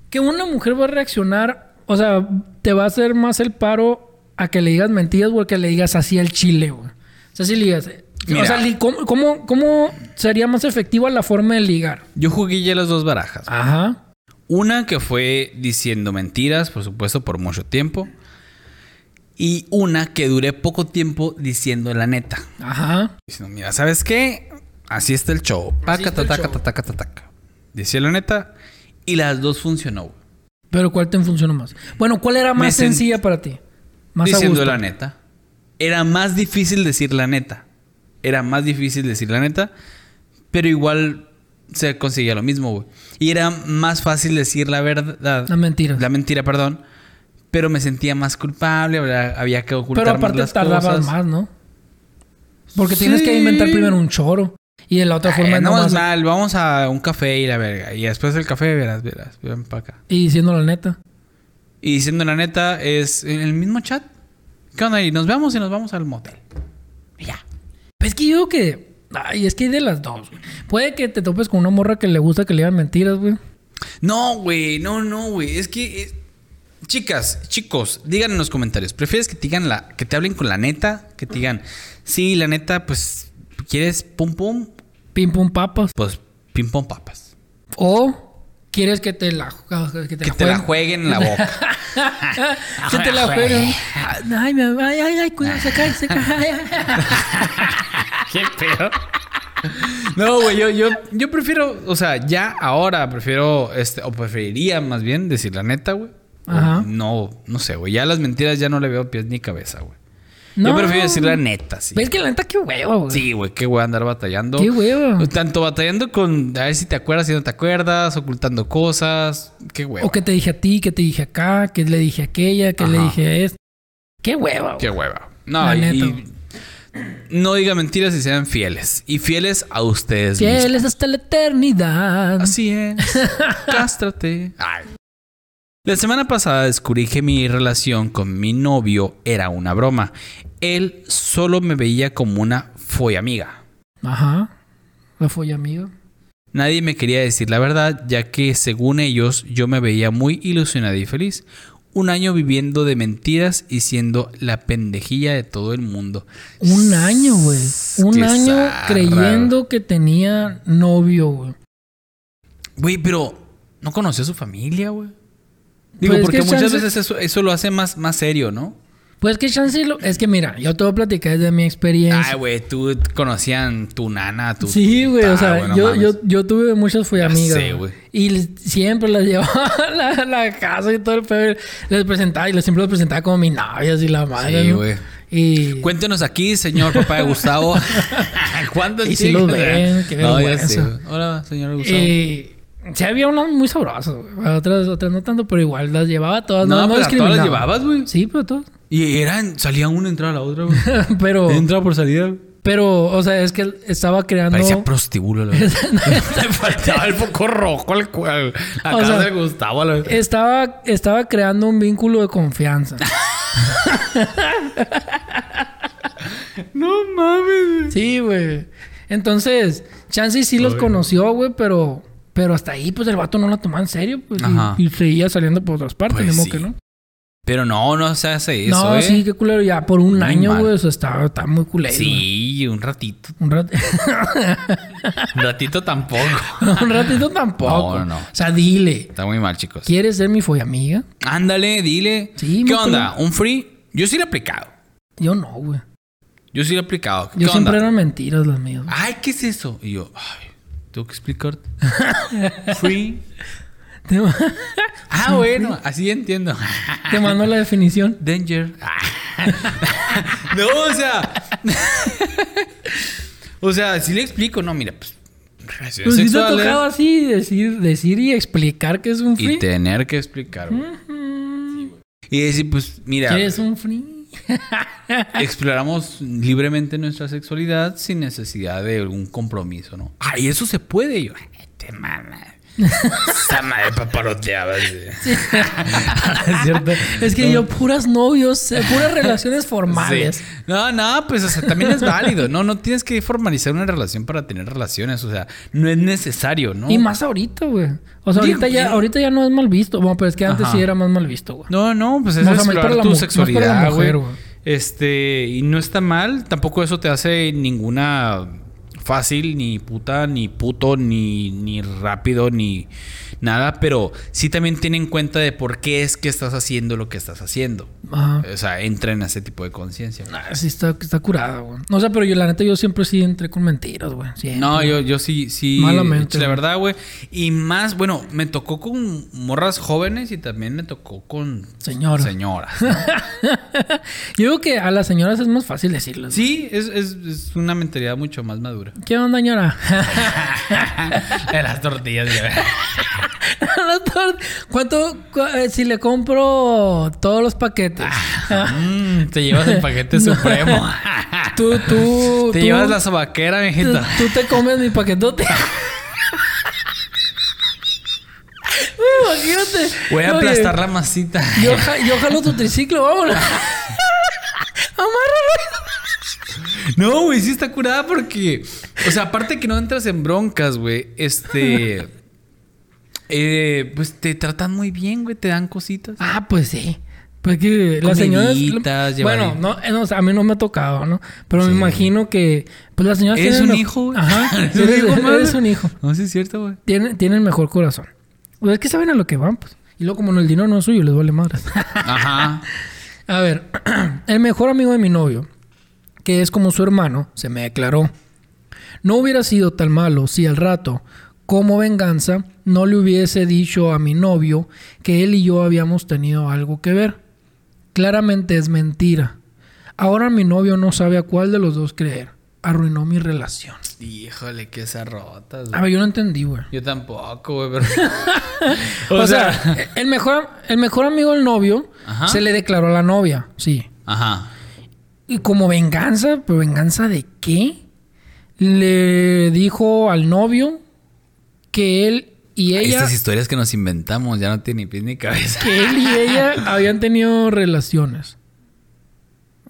Que una mujer va a reaccionar, o sea, te va a hacer más el paro a que le digas mentiras o a que le digas así al chile, güey. O sea, si le digas... Mira. O sea, li- ¿cómo, cómo, cómo sería más efectiva la forma de ligar? Yo jugué ya las dos barajas. Ajá. Una que fue diciendo mentiras, por supuesto, por mucho tiempo. Y una que duré poco tiempo diciendo la neta. Ajá. Diciendo, mira, ¿sabes qué? Así está el show. Así Paca, está el taca, show. taca, taca, taca. Decía la neta. Y las dos funcionó. güey. Pero ¿cuál te funcionó más? Bueno, ¿cuál era Me más sen- sencilla para ti? Más a diciendo gusto. la neta. Era más difícil decir la neta. Era más difícil decir la neta. Pero igual se conseguía lo mismo, güey. Y era más fácil decir la verdad. Las mentiras. La mentira, perdón. Pero me sentía más culpable. Había, había que ocultar Pero más aparte las tardabas cosas. más, ¿no? Porque tienes que inventar Sí. primero un choro. Y de la otra Ay, forma es Eh, no nomás- más mal. Vamos a un café y la verga. Y después del café, verás, verás. Ven para acá. Y diciendo la neta. Y diciendo la neta, es en el mismo chat. ¿Qué onda? Y nos vemos y nos vamos al motel. Y ya. Pues es que yo digo que. Ay, es que hay de las dos, güey. Puede que te topes con una morra que le gusta que le digan mentiras, güey. No, güey, no, no, güey. Es que. eh, Chicas, chicos, digan en los comentarios. ¿Prefieres que te digan la. que te hablen con la neta? Que te digan. Sí, la neta, pues. ¿Quieres pum pum? Pim pum papas. Pues pim pum papas. O quieres que te la ah, que te Que te la ah, jueguen en la boca. *laughs* que te la jueguen. Ay, me ay, ay, ay, cuidado, se cae, se *laughs* cae. Ay, ay, ay. ¿Qué pedo? *laughs* No, güey, yo, yo, yo prefiero, o sea, ya ahora prefiero, este, o preferiría más bien decir la neta, güey. O Ajá. No, no sé, güey. Ya las mentiras ya no le veo pies ni cabeza, güey. Yo prefiero decir la neta, sí. Ves que la neta qué hueva, güey. Sí, güey, qué güey andar batallando. Pues, Qué hueva. Tanto batallando con a ver si te acuerdas, si no te acuerdas, ocultando cosas. Qué hueva. O que te dije a ti, que te dije acá, que le dije a aquella, que le Ajá. dije a esto. Qué hueva, güey. Qué hueva. No, La y, neta, y güey. no diga mentiras y sean fieles. Y fieles a ustedes mismos. *laughs* Fieles hasta la eternidad. Así es. Cástrate. Ay. La semana pasada descubrí que mi relación con mi novio era una broma. Él solo me veía como una follamiga. Ajá. La fue amigo. Nadie me quería decir la verdad, ya que según ellos yo me veía muy ilusionada y feliz. Un año viviendo de mentiras y siendo la pendejilla de todo el mundo. Un año, güey. Un Qué año zarra, creyendo que tenía novio, güey. Güey, pero no conoció a su familia, güey. Digo, Pues es porque que muchas chance- veces eso, eso lo hace más, más serio, ¿no? Pues que chance lo- Es que mira, yo te voy a platicar desde mi experiencia. Ay, güey, tú conocían tu nana, tu. sí, güey. O sea, yo, yo, yo tuve muchas fui amigas. sé, güey. güey. Y l- siempre las *laughs* llevaba a la, a la casa y todo el pedo. Les presentaba y les siempre los presentaba como mis novias y la madre. Sí, ¿no? güey. Y. Cuéntenos aquí, señor papá de *laughs* Gustavo. ¿Cuándo Y si lo ven, qué No, ya vergüenza. sé. güey. Hola, señor Gustavo. y sí, había unas muy sabrosas, güey. Otras, otras no tanto, pero igual las llevaba todas. no, No, no pero a todas las discriminaba. llevabas, güey. Sí, pero todas. *laughs* Y eran, salía una, entraba la otra, güey. *laughs* pero, Entraba por salida. güey. pero, o sea, es que estaba creando. Parecía prostíbulo, *laughs* la verdad. Le faltaba el foco rojo al cual. La O casa sea, de Gustavo, la verdad. Estaba, estaba creando un vínculo de *laughs* confianza. No mames, güey. Sí, güey. Entonces, Chansey sí los conoció, güey, pero, pero hasta ahí, pues el vato no la tomaba en serio, pues, y- Ajá. y, seguía saliendo por otras partes, Pues ni modo sí. que no. Pero no, no se hace eso, no, ¿eh? sí, qué culero, ya por un Muy año, mal. güey, eso estaba, estaba muy culero. güey. Sí, un ratito. Un, rat- *laughs* *laughs* Un ratito tampoco. un ratito tampoco. No, no, no. O sea, dile, Está muy mal, chicos. ¿quieres ser mi follamiga? Ándale, dile. Sí, ¿Qué no, onda? ¿Un free? Yo sí lo he aplicado. Yo no, güey. Yo sí lo he aplicado. ¿Qué Yo onda? siempre eran mentiras las mías. güey. *laughs* Ay, ¿qué es eso? Y yo, ay, tengo que explicarte. free. Te, ma- Ah, bueno, así entiendo. *laughs* te mando la definición. Danger. *laughs* no, o sea. *laughs* o sea, si le explico, no, mira, pues. Pues relaciones sí te ha sexuales. tocado así decir, decir y explicar que es un free. ¿eh? Y tener que explicar, güey. Y decir, pues, mira, ¿Quieres un free? *laughs* *laughs* Ah. exploramos libremente nuestra sexualidad sin necesidad de algún compromiso, ¿no? Ah, y eso se puede. Y yo, "Ay, te mama. Esa madre paparoteaba. Sí. *laughs* es cierto. Es que yo puras novios, eh, puras relaciones formales. Sí. No, no, pues o sea, también es válido. No, no tienes que formalizar una relación para tener relaciones. O sea, no es necesario, ¿no? Y más ahorita, güey. O sea, Digo, ahorita ya, pero- ahorita ya no es mal visto. Bueno, pero es que antes Ajá. sí era más mal visto, güey. No, no, pues es Más para la explorar mu- tu más para la sexualidad, güey. mujer, güey. Este, y no está mal, tampoco eso te hace ninguna fácil, ni puta, ni puto, ni, ni rápido, ni nada, pero sí también tiene en cuenta de por qué es que estás haciendo lo que estás haciendo. Ajá. O sea, entra en ese tipo de conciencia. güey. Ah, Sí, está, está curada, güey. O sea, pero yo la neta, yo siempre sí entré con mentiras, güey. Siempre. No, yo, yo sí, sí. Malamente, La güey. verdad, güey. Y más, bueno, me tocó con morras jóvenes y también me tocó con Señora. señoras. Yo creo que a las señoras es más fácil decirles. Sí, es, es- es una mentalidad mucho *laughs* más madura. ¿Qué onda, señora? *laughs* De las tortillas, güey. La tor- ¿Cuánto? cu- eh, si le compro todos los paquetes. *laughs* Ah. Mm, te llevas el *laughs* paquete supremo. Tú, tú. te tú- llevas la sobaquera, tú, mijito. tú te comes mi *laughs* paquetote. Güey, Imagínate. Voy a Oye, aplastar la masita. Yo, ja- yo jalo tu triciclo, vámonos. Amárralo. *laughs* No, güey, sí está curada porque. O sea, aparte que no entras en broncas, güey. Este. *laughs* eh, pues te tratan muy bien, güey. Te dan cositas. Ah, pues sí. Pues que las señoras. Comiditas, Bueno, llevar- no, eh, no, o sea, a mí no me ha tocado, ¿no? Pero me imagino que. Pues las señoras. ¿Eres tienen un me- hijo, güey? Ajá. *laughs* ¿Eres ¿Eres, un hijo, madre? eres un hijo. No, sí es *laughs* cierto, güey. Tienen, tienen mejor corazón. Pues es que saben a lo que van, pues. Y luego, como no, el dinero no es suyo, les vale *laughs* madres. Ajá. A ver, *clears throat* el mejor amigo de mi novio, que es como su hermano, se me declaró. No hubiera sido tan malo si al rato, como venganza, no le hubiese dicho a mi novio que él y yo habíamos tenido algo que ver. Claramente es mentira. Ahora mi novio no sabe a cuál de los dos creer. Arruinó mi relación. Híjole, qué zarrotas, A ver, yo no entendí, güey. Yo tampoco, güey, *laughs* pero. O, sea, *laughs* el, mejor, el mejor amigo del novio Ajá. se le declaró a la novia, sí. Ajá. Y como venganza, ¿pero venganza de qué? Le dijo al novio que él y ella, Estas historias que nos inventamos ya no tienen ni pies ni cabeza. que él y *laughs* ella habían tenido relaciones.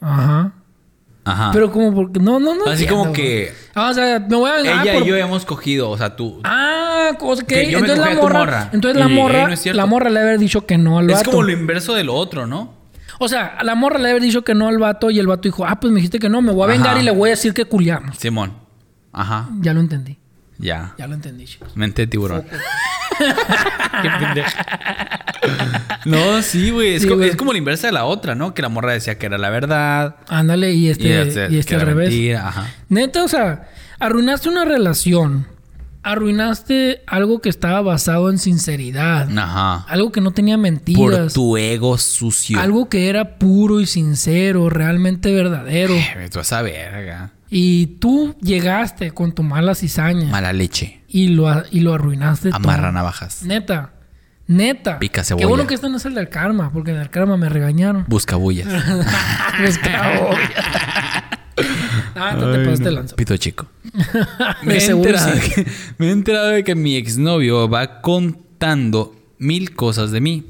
Ajá. Ajá. Pero como porque... No, no, no. Ah. Así entiendo, como que- güey. Ah, o sea, me voy a... ganar Ella por- y yo hemos cogido, o sea, tú. Ah, cosa que, Que yo me entonces la cogí a tu morra, morra. entonces la Y, eh, morra, no es cierto. la morra le haber dicho que no al es vato. como lo inverso de lo otro, ¿no? O sea, a la morra le haber dicho que no al vato y el vato dijo, "Ah, pues me dijiste que no, me voy a Ajá. vengar y le voy a decir que culiamos." Simón. Ajá. Ya lo entendí. Ya. Ya lo entendí, chicos. Mente de tiburón. *laughs* Qué *laughs* pendeja. No, sí, güey. Es, Sí, co- güey. es como la inversa de la otra, ¿no? Que la morra decía que era la verdad. Ándale y este Y este, y este que al era revés. mentira, Ajá. Neta, o sea, arruinaste una relación. Arruinaste algo que estaba basado en sinceridad. Ajá. Algo que no tenía Por mentiras. tu ego sucio. Algo que era puro y sincero, realmente verdadero. Ay, Tú vas a verga. Y tú llegaste con tu mala cizaña. Mala leche. y lo, a- y lo arruinaste. todo. Amarra navajas. Neta. Neta. Pica Qué cebolla. bueno que esto no es el del karma, porque en el karma me *laughs* regañaron. *laughs* Busca bullas. Pues, *laughs* cabrón. *laughs* ah, tú te pasaste lanza. Pito chico. De *laughs* me, he seguro enterado sí. que- me he enterado de que mi exnovio va contando mil cosas de mí.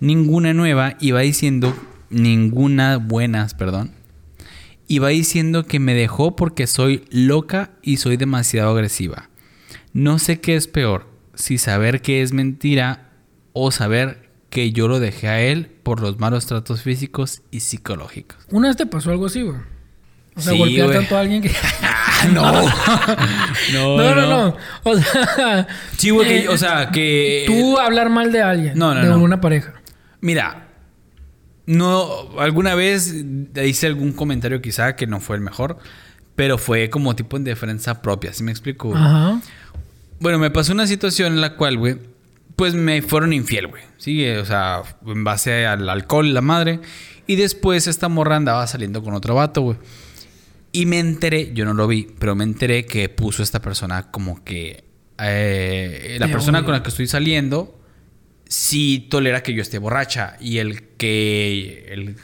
Ninguna nueva y va diciendo, ninguna buenas, perdón. Y va diciendo que me dejó porque soy loca y soy demasiado agresiva. No sé qué es peor, si saber que es mentira o saber que yo lo dejé a él por los malos tratos físicos y psicológicos. Una vez te pasó algo así, güey. O sea, Sí, golpear güey. tanto a alguien que. *laughs* *laughs* no. no, no, no. O sea. *laughs* Sí, güey, que- eh, o sea, que. Tú hablar mal de alguien. No, no, De no. una pareja. Mira, no. Alguna vez hice algún comentario, quizá que no fue el mejor, pero fue como tipo en defensa propia, ¿sí me explico? güey? Ajá. Bueno, me pasó una situación en la cual, güey, pues me fueron infiel, güey. Sí, o sea, en base al alcohol, la madre. Y después esta morra andaba saliendo con otro vato, güey. Y me enteré, yo no lo vi, pero me enteré que puso esta persona como que... eh, la Te persona odio. con la que estoy saliendo sí tolera que yo esté borracha. Y el que... El,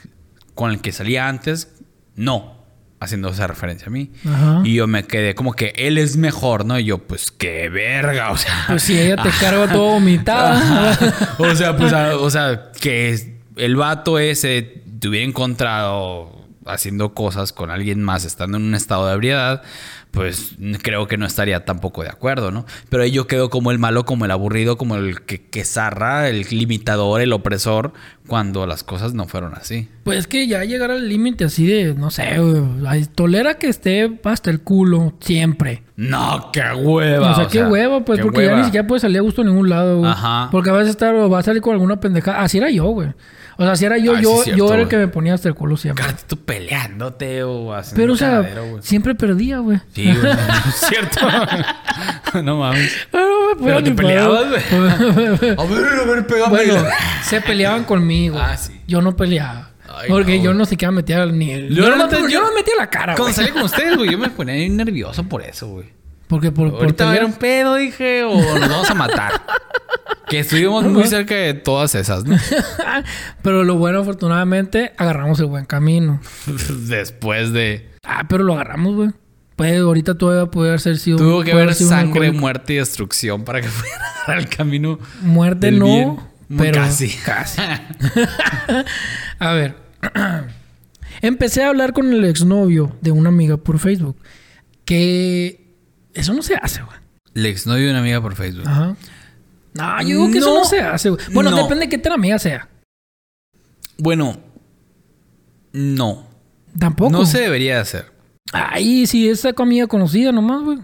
con el que salía antes, no. Haciendo esa referencia a mí. Ajá. Y yo me quedé como que él es mejor, ¿no? Y yo, pues qué verga, o sea. Pues si *laughs* ella te carga todo vomitada. Ajá. o sea, pues, a- o sea, que es- el vato ese te hubiera encontrado haciendo cosas con alguien más, estando en un estado de ebriedad, pues n- creo que no estaría tampoco de acuerdo, ¿no? Pero ahí yo quedo como el malo, como el aburrido, como el que, que zarra, el limitador, el opresor, cuando las cosas no fueron así. *laughs* Pues que ya llegar al límite así de, no sé, güey, ay, tolera que esté hasta el culo siempre. No, qué hueva. o sea, qué huevo, pues, qué porque ya hueva. ni siquiera puedes salir a gusto en ningún lado, güey. Ajá. Porque vas a estar, o vas a salir con alguna pendejada. Así era yo, güey. O sea, así era yo, Ah, sí yo, es cierto, yo era el güey. que me ponía hasta el culo siempre. Cállate tú peleándote o haciendo Pero, o sea, cagadero, güey. siempre perdía, güey. Sí, güey. *laughs* *laughs* es cierto. no mames. Pero, me Pero fueron te y fueron. *laughs* peleabas, güey. *laughs* A ver, a ver, pégame. bueno, se peleaban conmigo. Ah, sí. Yo no peleaba. Ay, porque no, yo güey. no siquiera metía ni el... Yo Yo, no, no te- yo, yo- no metía la cara, Cuando güey. salí con ustedes, güey, yo me ponía bien nervioso por eso, güey. Porque por... por Ahorita va a haber pelear- un pedo, dije, o nos vamos a matar. que estuvimos muy cerca de todas esas, *laughs* ¿no? *laughs* pero lo bueno, afortunadamente, agarramos el buen camino. Después de... Ah, pero lo agarramos, güey. Pues ahorita todavía puede haber sido... Tuvo que puede haber sido un sangre, alcohólico. muerte y destrucción para que *laughs* fuera al camino Muerte del no, bien. pero... Casi. Casi. A ver. *clears throat* Empecé a hablar con el exnovio de una amiga por Facebook. Que... Eso no se hace, güey. *laughs* El exnovio de una amiga por Facebook. Ajá. No, yo digo que eso No. no se hace, güey. Bueno, No. depende de qué tan amiga sea. Bueno, no. Tampoco. No se debería hacer. Ay, sí, esa amiga conocida nomás, güey.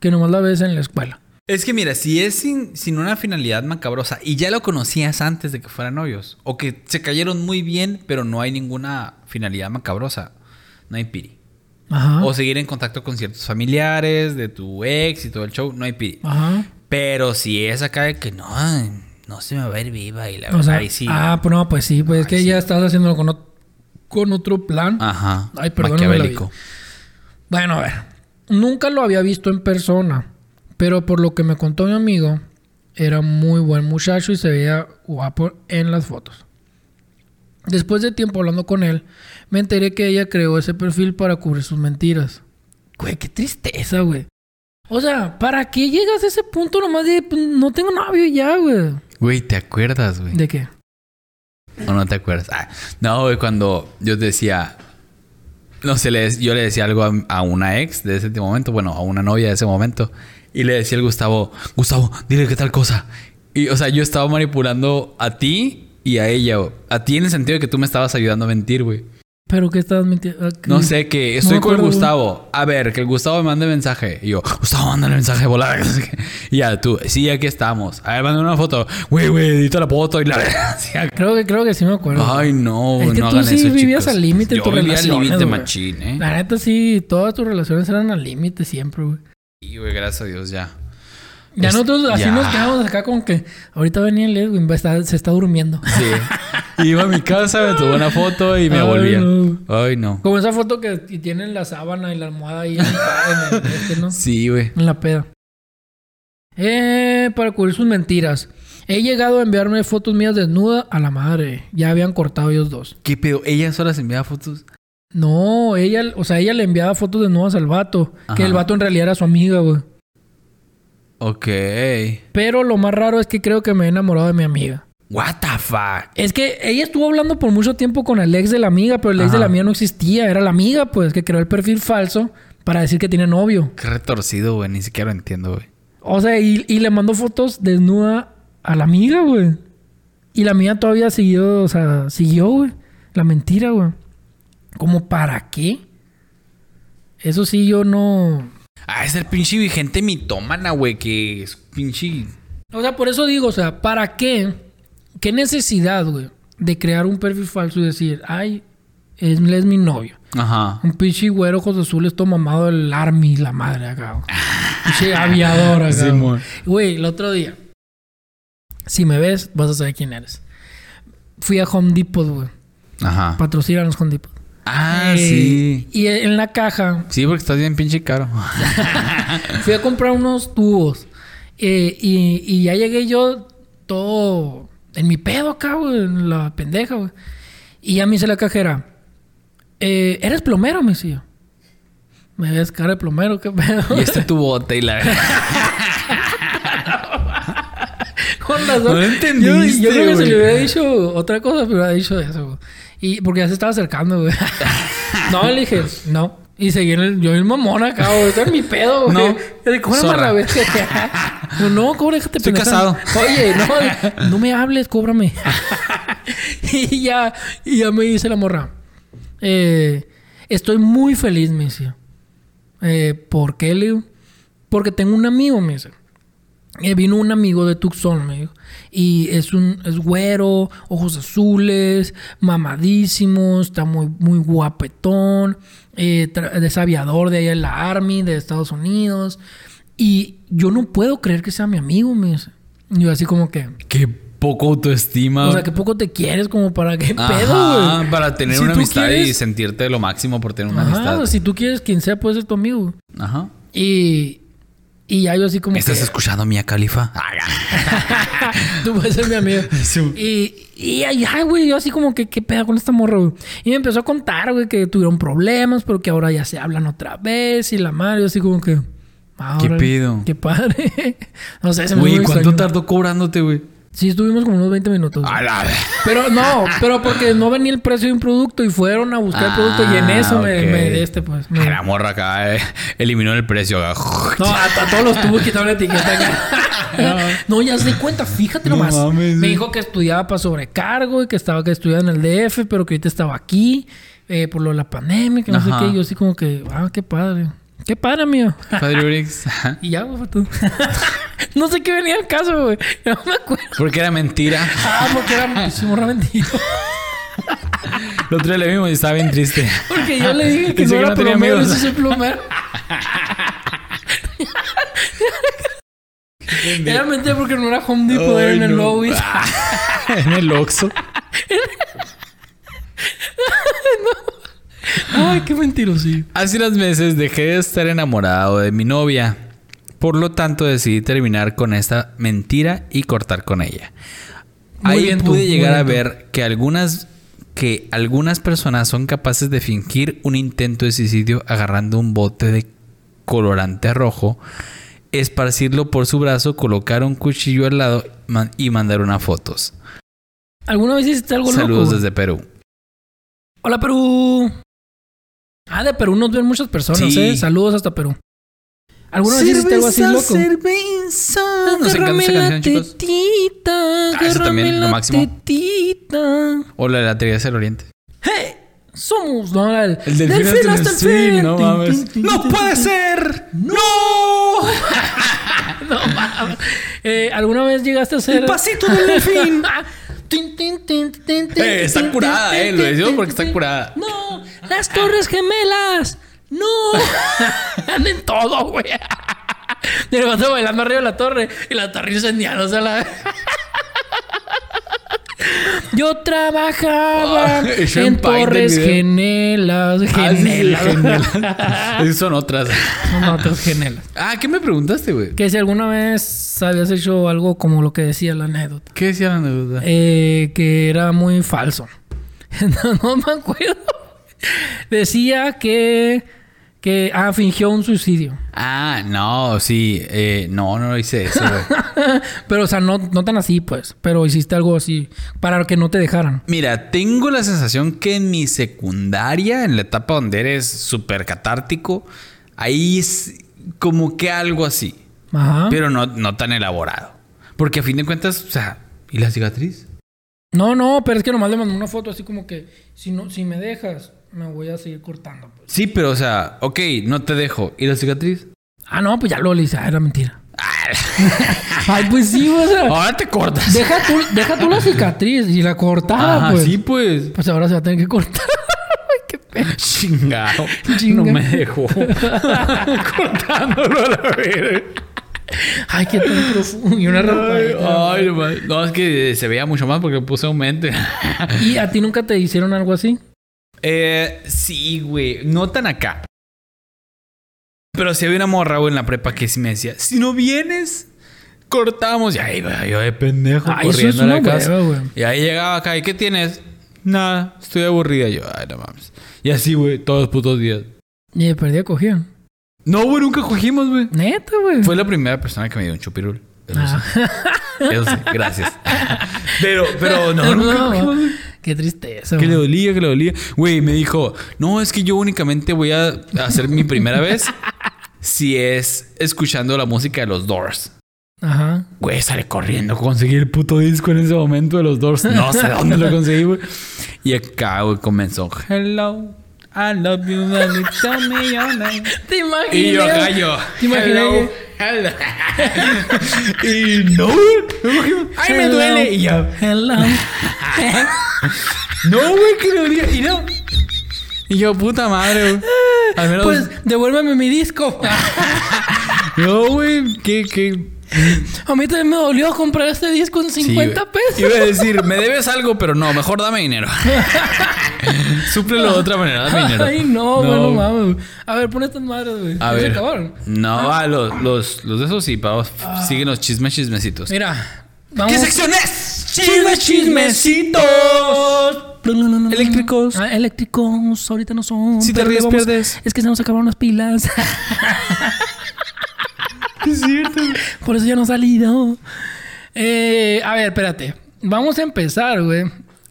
Que nomás la ves en la escuela. Es que mira, si es sin, sin una finalidad macabrosa y ya lo conocías antes de que fueran novios, o que se cayeron muy bien, pero no hay ninguna finalidad macabrosa, no hay piri. Ajá. O seguir en contacto con ciertos familiares de tu ex y todo el show, no hay piri. Ajá. Pero si es acá de que no, ay, no se me va a ir viva y la O verdad, sea, ahí sí. ah, pues no, pues sí, pues es que ya estás haciéndolo con, ot- con otro plan. Ah, Ajá. Ay, perdóname la Maquiavélico. Bueno, a ver. Nunca lo había visto en persona, pero por lo que me contó mi amigo, era muy buen muchacho y se veía guapo en las fotos. Después de tiempo hablando con él, me enteré que ella creó ese perfil para cubrir sus mentiras. Güey, qué tristeza, güey. O sea, ¿para qué llegas a ese punto nomás de pues, no tengo novio y ya, güey? Güey, ¿te acuerdas, güey? ¿De qué? ¿O no te acuerdas? Ah, no, güey, cuando yo te decía. No sé, le- yo le decía algo a, a una ex de ese momento, bueno, a una novia de ese momento. Y le decía al Gustavo, Gustavo, dile qué tal cosa. Y, o sea, yo estaba manipulando a ti y a ella, güey. A ti en el sentido de que tú me estabas ayudando a mentir, güey. ¿Pero qué estás mintiendo? Ah, No ¿qué? sé, que estoy me con el acuerdo, Gustavo. A ver, que el Gustavo me mande mensaje. Y yo, Gustavo, mándale mensaje, volada. *laughs* Y ya, tú, sí, aquí estamos. A ver, mándame una foto. Güey, güey, edita la foto y la *laughs* Sí, acá. Creo que, creo que sí me acuerdo. Ay, no, Es que no tú hagan sí eso, vivías chicos. al límite en Yo tus vivía al relaciones, límite güey. machín, ¿eh? La neta sí, todas tus relaciones eran al límite siempre, güey. Y, güey, gracias a Dios, ya. Ya Es- nosotros así ya. nos quedamos acá con que ahorita venía el Edwin, va a estar- se está durmiendo. *laughs* Sí. Iba a mi casa, me tomó una foto y me Ay, volvía. no. Ay, no. Como esa foto que que tienen la sábana y la almohada ahí en, el- *laughs* en el- este, ¿no? Sí, güey. En la peda. Eh, para cubrir sus mentiras. He llegado a enviarme fotos mías desnuda a la madre. Ya habían cortado ellos dos. ¿Qué pedo? ¿Ella sola se enviaba fotos? No, ella, o sea, ella le enviaba fotos desnudas al vato. Que Ajá. el vato en realidad era su amiga, güey. Ok. Pero lo más raro es que creo que me he enamorado de mi amiga. What the fuck? Es que ella estuvo hablando por mucho tiempo con el ex de la amiga, pero el ex Ajá. de la amiga no existía. Era la amiga, pues, que creó el perfil falso para decir que tiene novio. Qué retorcido, güey. Ni siquiera lo entiendo, güey. O sea, y, y le mandó fotos desnuda a la amiga, güey. Y la amiga todavía siguió, o sea, siguió, güey. La mentira, güey. ¿Cómo para qué? Eso sí, yo no. Ah, es el pinche gente mitómana, güey, que es pinche. O sea, por eso digo, o sea, ¿para qué? ¿Qué necesidad, güey, de crear un perfil falso y decir, ay, es, él es mi novio? Ajá. Un pinche güero ojos azules todo mamado el army, la madre acá. güey. *laughs* Pinche aviador acá. Simón. güey. Güey, el otro día. Si me ves, vas a saber quién eres. Fui a Home Depot, güey. Ajá. Patrocínanos Home Depot. Ah, Eh, sí. Y en la caja Sí, porque estás bien pinche caro. *laughs* fui a comprar unos tubos. eh, y, y ya llegué yo todo en mi pedo acá, güey, en la pendeja, güey. Y ya me dice la cajera, eh, ¿eres plomero? Me decía. Me ves cara de plomero, qué pedo. y este tu bote y la *laughs* Con razón. No lo entendiste, Yo, yo creo que se güey. le hubiera dicho otra cosa, pero hubiera dicho eso, güey. Y porque ya se estaba acercando, güey. *laughs* no, le dije, no. Y seguí en el, yo el mamón acá, güey. Esto es mi pedo, güey. No, El cobra zorra. marrabete. *laughs* No, no, cobra, déjate Estoy pendejada. casado. Oye, no, *laughs* no me hables, cóbrame. y ya, y ya me dice la morra. eh, estoy muy feliz, me decía. Eh, ¿Por qué, le digo? Porque tengo un amigo, me dice. Eh, vino un amigo de Tucson, me dijo. Y es un es güero, ojos azules, mamadísimo, está muy, muy guapetón, eh, tra- es aviador de allá en la Army de Estados Unidos. Y yo no puedo creer que sea mi amigo, me dice. Y yo así como que... Qué poco autoestima. O sea, que poco te quieres como para qué Ajá, pedo, güey. Para tener Si una tú amistad y quieres- sentirte lo máximo por tener una Ajá, amistad. si tú quieres quien sea puede ser tu amigo. Ajá. Y, y ya yo así como ¿Me estás que- Ah, escuchando, *laughs* Mía Califa? Tú puedes ser mi amigo. Sí. Y, y ay, ay, güey, yo así como que, ¿qué pedo con esta morra, güey? Y me empezó a contar, güey, que tuvieron problemas, pero que ahora ya se hablan otra vez y la madre, yo así como que. ah, ¿Qué órale, pedo? Qué padre. *laughs* no sé, se me hizo Güey, muy ¿cuánto Ah. extraño. tardó cobrándote, güey? Sí, estuvimos como unos 20 minutos. güey. A la vez. Pero no, pero porque no venía el precio de un producto y fueron a buscar el producto y en Ah, eso ok. me, me- este, pues. me- La morra acá eh, eliminó el precio. acá. No, a, a todos los tubos quitaron la etiqueta acá. No, ya se di cuenta, fíjate No nomás. mames, Me sí. dijo que estudiaba para sobrecargo y que estaba que estudiaba en el DF, pero que ahorita estaba aquí eh, por lo de la pandemia, que no Ajá. sé qué. Y yo así como que, ah, qué padre. Qué padre, mío. Padre Urix. Ajá. Y ya, güey, fue todo. *laughs* no sé qué venía el caso, güey. No me acuerdo. Porque era mentira. Ah, porque *laughs* era sí, morra mentira. Lo otro día le vimos y estaba bien triste. *laughs* Porque yo le dije que Dice no que era no tenía plomero, amigos. eso es un plomero. Era mentira porque no era Home Depot, era Ay, en el no. lobby. en el Oxxo. Ay, qué mentirosillo. Hace unos meses dejé de estar enamorado de mi novia. Por lo tanto, decidí terminar con esta mentira y cortar con ella. Muy Ahí bien tú, pude muy llegar a bien tú. ver que algunas que algunas personas son capaces de fingir un intento de suicidio agarrando un bote de colorante rojo, esparcirlo por su brazo, colocar un cuchillo al lado man- y mandar unas fotos. ¿Alguna vez hiciste algo Saludos loco? desde Perú. Hola, Perú. Ah, de Perú nos ven muchas personas, Sí. ¿eh? Saludos hasta Perú. ¿Alguna vez hiciste algo así loco? Cerveza, Nos encanta esa canción, chicos. tetita, Ah, eso también, lo máximo. tetita. O la de la teoría del oriente. ¡Hey! Somos no, la- El delfín, hasta el fin, no mames. ¡No puede ser! ¡No! No mames. Eh, ¿Alguna vez llegaste a hacer. Ah, ¡El pasito *laughs* *laughs* del delfín! Tin, tin, tin, tin, tin, Eh, está tin, curada, tin, eh, tin, lo tin, decimos tin, porque está tin. curada. ¡No! ¡Las Torres Gemelas! *laughs* ¡No! Anden todo, güey. Y el vato bailando arriba de la torre y la torre incendiada, o sea, la. Yo trabajaba Ah, Sean en Pine del Torres video. Gemelas. Ah, sí, Gemelas. *laughs* gemelas. Esas son otras. Son otras gemelas. Ah, ¿qué me preguntaste, güey? Que si alguna vez habías hecho algo como lo que decía la anécdota, ¿Qué decía la anécdota? eh, que era muy falso. *laughs* No, no me acuerdo. Decía que, que ah, fingió un suicidio. *laughs* Ah, no, sí. eh, no, no hice eso, güey. *laughs* Pero, o sea, no, no tan así, pues. Pero hiciste algo así para que no te dejaran. Mira, tengo la sensación que en mi secundaria, en la etapa donde eres súper catártico, ahí es como que algo así, Ajá. pero no, no tan elaborado. Porque a fin de cuentas, o sea, ¿y la cicatriz? No, no, pero es que nomás le mandó una foto así como que si, no, si me dejas, me voy a seguir cortando. Pues. Sí, pero o sea, ok, no te dejo. ¿Y la cicatriz? Ah, no, pues ya lo le hice. Ah, era mentira. *laughs* Ay, pues sí, o sea. Ahora te cortas. Deja tú, deja tú la cicatriz y la cortada, Ajá, pues. sí, pues. Pues ahora se va a tener que cortar. *laughs* Ay, qué pena. Chingado. Chinga. No me *laughs* dejó. Cortándolo a la verga. Ay, qué tan profundo. Y una Ay, ropa. ay, no mames. No, es que se veía mucho más porque le puse aumento. ¿Y a ti nunca te hicieron algo así? *laughs* Eh, sí, güey. No tan acá. Pero si había una morra, güey, en la prepa que sí me decía, si no vienes, cortamos. Y ahí, güey, yo de pendejo Ay, Ah, eso es corriendo a la una casa. hueva, güey. Y ahí llegaba acá, ¿y qué tienes? Nada, estoy aburrida. Y Yo, ay, no mames. Y así, güey, todos los putos días. Y de perdida cogían. No, güey, nunca cogimos, güey. Neta, güey. Fue la primera persona que me dio un chupirul. Eso sí. Ah. Eso sí, gracias. Pero, pero no, *laughs* nunca No, cogimos, güey. Qué tristeza. Que le güey. dolía, que le dolía. Güey, me dijo, no, es que yo únicamente voy a hacer mi primera vez si es escuchando la música de los Doors. Ajá. Güey, sale corriendo. Conseguí el puto disco en ese momento de los Doors. No sé dónde lo conseguí, güey. Y acá, güey, comenzó. Hello, I love you, baby, tell me your name". *laughs* Te imaginé. Y yo acá, yo. Te imaginé "Hello, hello". *laughs* y no, güey. Ay, me Hello. duele. Y yo. *laughs* Hello. No, güey, que le dolía. Y no. Y yo, puta madre, güey. Al menos. Pues devuélveme mi *laughs* disco. no, güey, que. que... A mí también me dolió comprar este disco en 50 pesos. Iba a decir, me debes algo, pero no, mejor *laughs* dame dinero. Súplelo de otra manera, dame dinero. Ay, no, güey, no mames. güey. A ver, pon estas madres, güey. Ya A se ver. acabaron. No, ah, los, los, los de esos sí, pavos. Siguen los chismes, chismecitos. Ah. Mira, vamos. es? Chismes, chismecitos. Eléctricos. Ah, eléctricos, ahorita no son. Si te pero ríes, vamos- pierdes. Es que se nos acabaron las *laughs* pilas. Es cierto. Por eso ya no ha salido. Eh, a ver, espérate. Vamos a empezar, güey.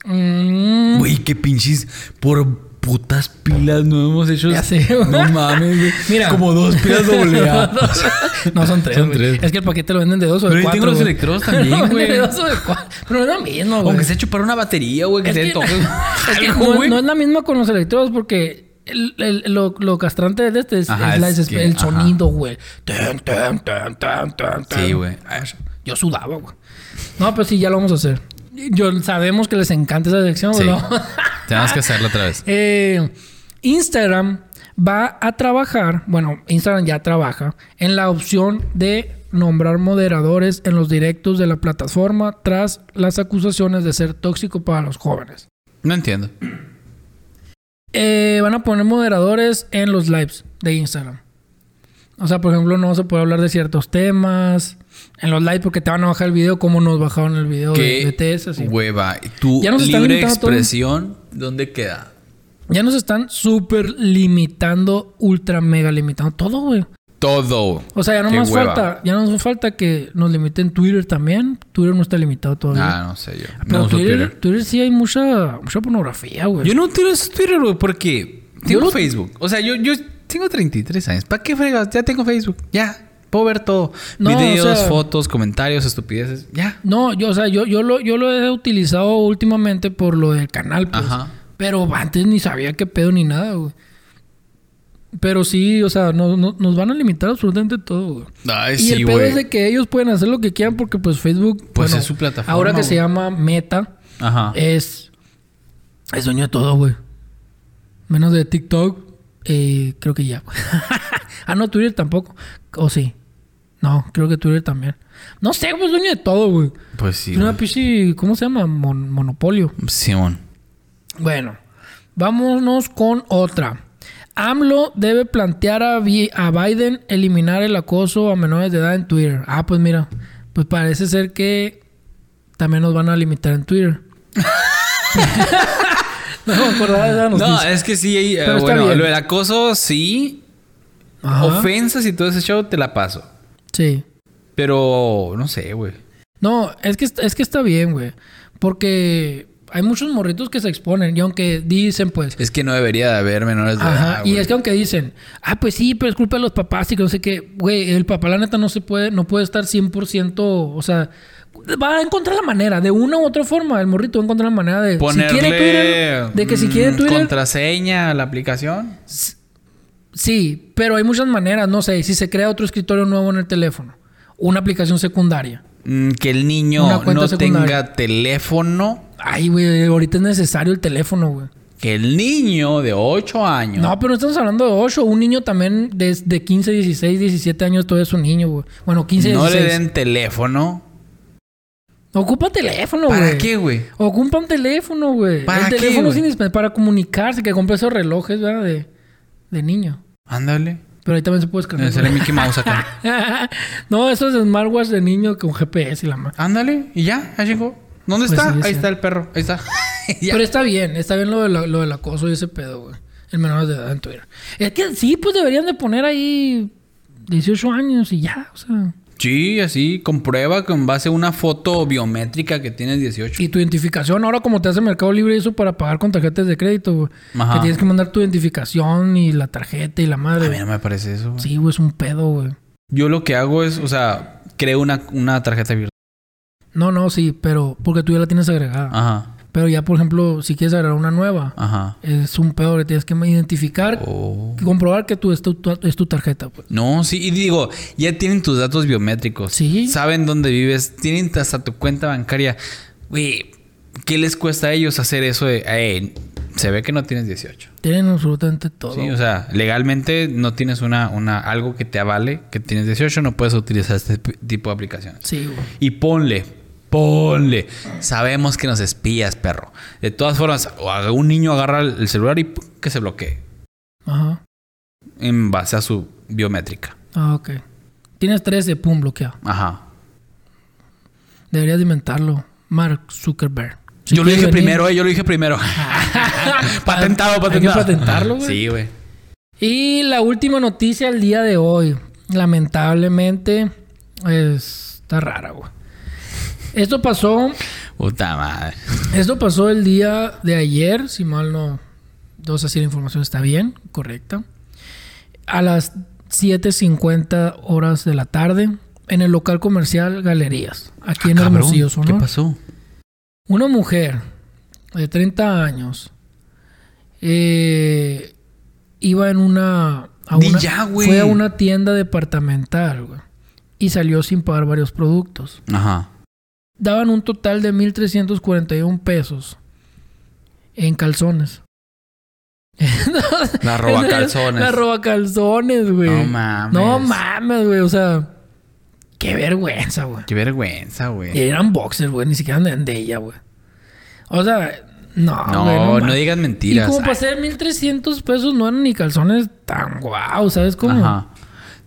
Mm, Güey, qué pinches. Por putas pilas no hemos hecho. Ya sé, güey. *laughs* No mames, güey. Mira. Como dos *laughs* *laughs* pilas doble A. no son tres. Son güey. tres. Es que el paquete lo venden de dos o de Pero ahí cuatro. tengo los güey. *laughs* electrodos también, Lo venden güey. de dos o de cuatro. Pero es lo mismo, güey. Aunque sea chupar una batería, güey, que Es te *laughs* que- toque. *laughs* es que algo, no, güey. no es la misma con los electrodos porque el- el- lo, lo castrante de este es, Ajá, es la es desesper- que- el ajá. sonido, güey. Tan, tan, tan, tan, tan, tan. Sí, güey. Yo sudaba, güey. No, pues sí, ya lo vamos a hacer. Yo, sabemos que les encanta esa sección, Sí. ¿no? Tenemos que hacerlo otra vez. Eh, Instagram va a trabajar, bueno, Instagram ya trabaja en la opción de nombrar moderadores en los directos de la plataforma tras las acusaciones de ser tóxico para los jóvenes. No entiendo. Eh, van a poner moderadores en los lives de Instagram. O sea, por ejemplo, no vas a poder hablar de ciertos temas en los lives porque te van a bajar el video como nos bajaron el video de, Qué de TS. así. hueva. Tu Ya nos están libre limitando todo. expresión, ¿dónde queda? Ya nos están súper limitando, ultra mega limitando todo, güey. todo. O sea, ya no Qué más hueva. falta, ya no nos falta que nos limiten Twitter también. Twitter no está limitado todavía. Ah, no sé yo. Pero no uso Twitter, Twitter. Twitter sí hay mucha, mucha pornografía, güey. Yo no utilizo Twitter, güey, porque Yo tengo no- Facebook. O sea, yo, yo tengo 33 años. ¿Para qué fregas? Ya tengo Facebook. Ya. Puedo ver todo. No, o Videos, sea- fotos, comentarios, estupideces. Ya. No, yo, o sea, yo, yo, lo, yo lo he utilizado últimamente por lo del canal, pues. Ajá. Pero antes ni sabía qué pedo ni nada, güey. Pero sí, o sea, no- no- nos van a limitar absolutamente todo, güey. Ay, y el pedo es de que ellos pueden hacer lo que quieran porque pues Facebook... Pues es su plataforma, Ahora que güey. se llama Meta, Ajá. es... Es dueño de todo, güey. Menos de TikTok, eh, creo que ya. güey. *laughs* ah, no, Twitter tampoco. ¿O sí? No, creo que Twitter también. No sé, pues dueño de todo, güey. pues sí. Es una güey. pinche, ¿cómo se llama? Mon- monopolio. Simón. Bueno, vámonos con otra. AMLO debe plantear a, Bi- a Biden eliminar el acoso a menores de edad en Twitter. Ah, pues mira, pues parece ser que también nos van a limitar en Twitter. *laughs* no me acordaba de esa No, noticia. es que sí, eh, Pero está bueno, bien. lo del acoso, sí. Ajá, Ofensas y todo ese show, te la paso. Sí. Pero, no sé, güey. No, es que, es que está bien, güey. Porque hay muchos morritos que se exponen y aunque dicen, pues, Es que no debería de haber menores de Ajá, edad, y güey. es que aunque dicen, ah, pues sí, pero es culpa de los papás y que no sé qué, güey, el papá la neta no se puede, no puede estar 100%, o sea, va a encontrar la manera, de una u otra forma, el morrito va a encontrar la manera de, Ponerle si quiere Twitter, de que si quiere mm, Twitter, contraseña a la aplicación. sí, pero hay muchas maneras, no sé, si se crea otro escritorio nuevo en el teléfono, una aplicación secundaria. Mm, que el Una niño cuenta no secundaria. tenga teléfono. Ay, güey, ahorita es necesario el teléfono, güey. Que el niño de 8 años. No, pero no estamos hablando de 8. Un niño también de, de 15, 16, 17 años todavía es un niño, güey. Bueno, 15, no 16. le den teléfono. Ocupa teléfono, güey. ¿Para qué, güey? Ocupa un teléfono, güey. ¿Para el qué, teléfono es güey? indispensable para comunicarse, que compre esos relojes, ¿verdad? De, de niño. Ándale. Pero ahí también se puede Le descargar. sale Mickey Mouse acá. *laughs* no, esos smartwatch de niño con GPS y la madre. Ándale. Y ya, ya llegó. ¿Dónde Pues está? sí, Ahí sí. está el perro. Ahí está. Ya. Pero está bien, está bien lo, de la- lo del acoso y ese pedo, güey. El menor de edad en Twitter. Es que sí, pues deberían de poner ahí 18 años y ya, o sea. Sí, así. Comprueba con base a una foto biométrica que tienes 18. Y tu identificación, ahora como te hace Mercado Libre eso para pagar con tarjetas de crédito, güey. Ajá. Que tienes que mandar tu identificación y la tarjeta y la madre. A güey. mí no me parece eso. güey. Sí, güey, es un pedo, güey. Yo lo que hago es, o sea, creo una, una tarjeta virtual. No, no, sí, pero porque tú ya la tienes agregada. Ajá, Pero ya, por ejemplo, si quieres agregar una nueva, ajá. es un pedo que tienes que identificar, Ah. Oh. y comprobar que tú, es, tu, tu- es tu tarjeta. Pues. No, sí, y digo, ya tienen tus datos biométricos. Sí. Saben dónde vives, tienen hasta tu cuenta bancaria. Güey, ¿qué les cuesta a ellos hacer eso de, "Ey, se ve que no tienes 18? Tienen absolutamente todo. Sí, o sea, legalmente no tienes una, una, algo que te avale que tienes 18, no puedes utilizar este p- tipo de aplicaciones. Sí, güey. Y ponle, ponle. Sabemos que nos espías, perro. De todas formas, o a- un niño agarra el celular y ¡pum! que se bloquee Ajá. en base a su biométrica. Ah, ok. Tienes 13, pum, bloqueado. Ajá. Deberías de inventarlo. Mark Zuckerberg. Si yo lo quieres dije venir- *laughs* Ah, primero, eh, yo lo dije primero. *laughs* patentado, Hay que patentado. patentarlo, güey. Sí, güey. Y la última noticia del día de hoy. Lamentablemente, es- está rara, güey. Esto pasó Puta madre. Esto pasó el día de ayer, si mal no. No sé si la información está bien, correcta. A las 7:50 horas de la tarde, en el local comercial Galerías, aquí en Ah, Cabrón, Hermosillo, ¿Qué Sonora. pasó? Una mujer de 30 años eh, iba en una. a Di una- ya, güey. fue a una tienda departamental, güey, Y salió sin pagar varios productos Ajá. daban un total de 1.341 pesos en calzones. *laughs* La roba calzones. La roba calzones, güey. No mames. No mames, güey. O sea, qué vergüenza, güey. Qué vergüenza, güey. Y eran boxers, güey. Ni siquiera eran de ella, güey. O sea, no, No, güey, no, mames. digas Y mentiras. como para ser 1.300 pesos no eran ni calzones tan guau, ¿sabes cómo? Ajá.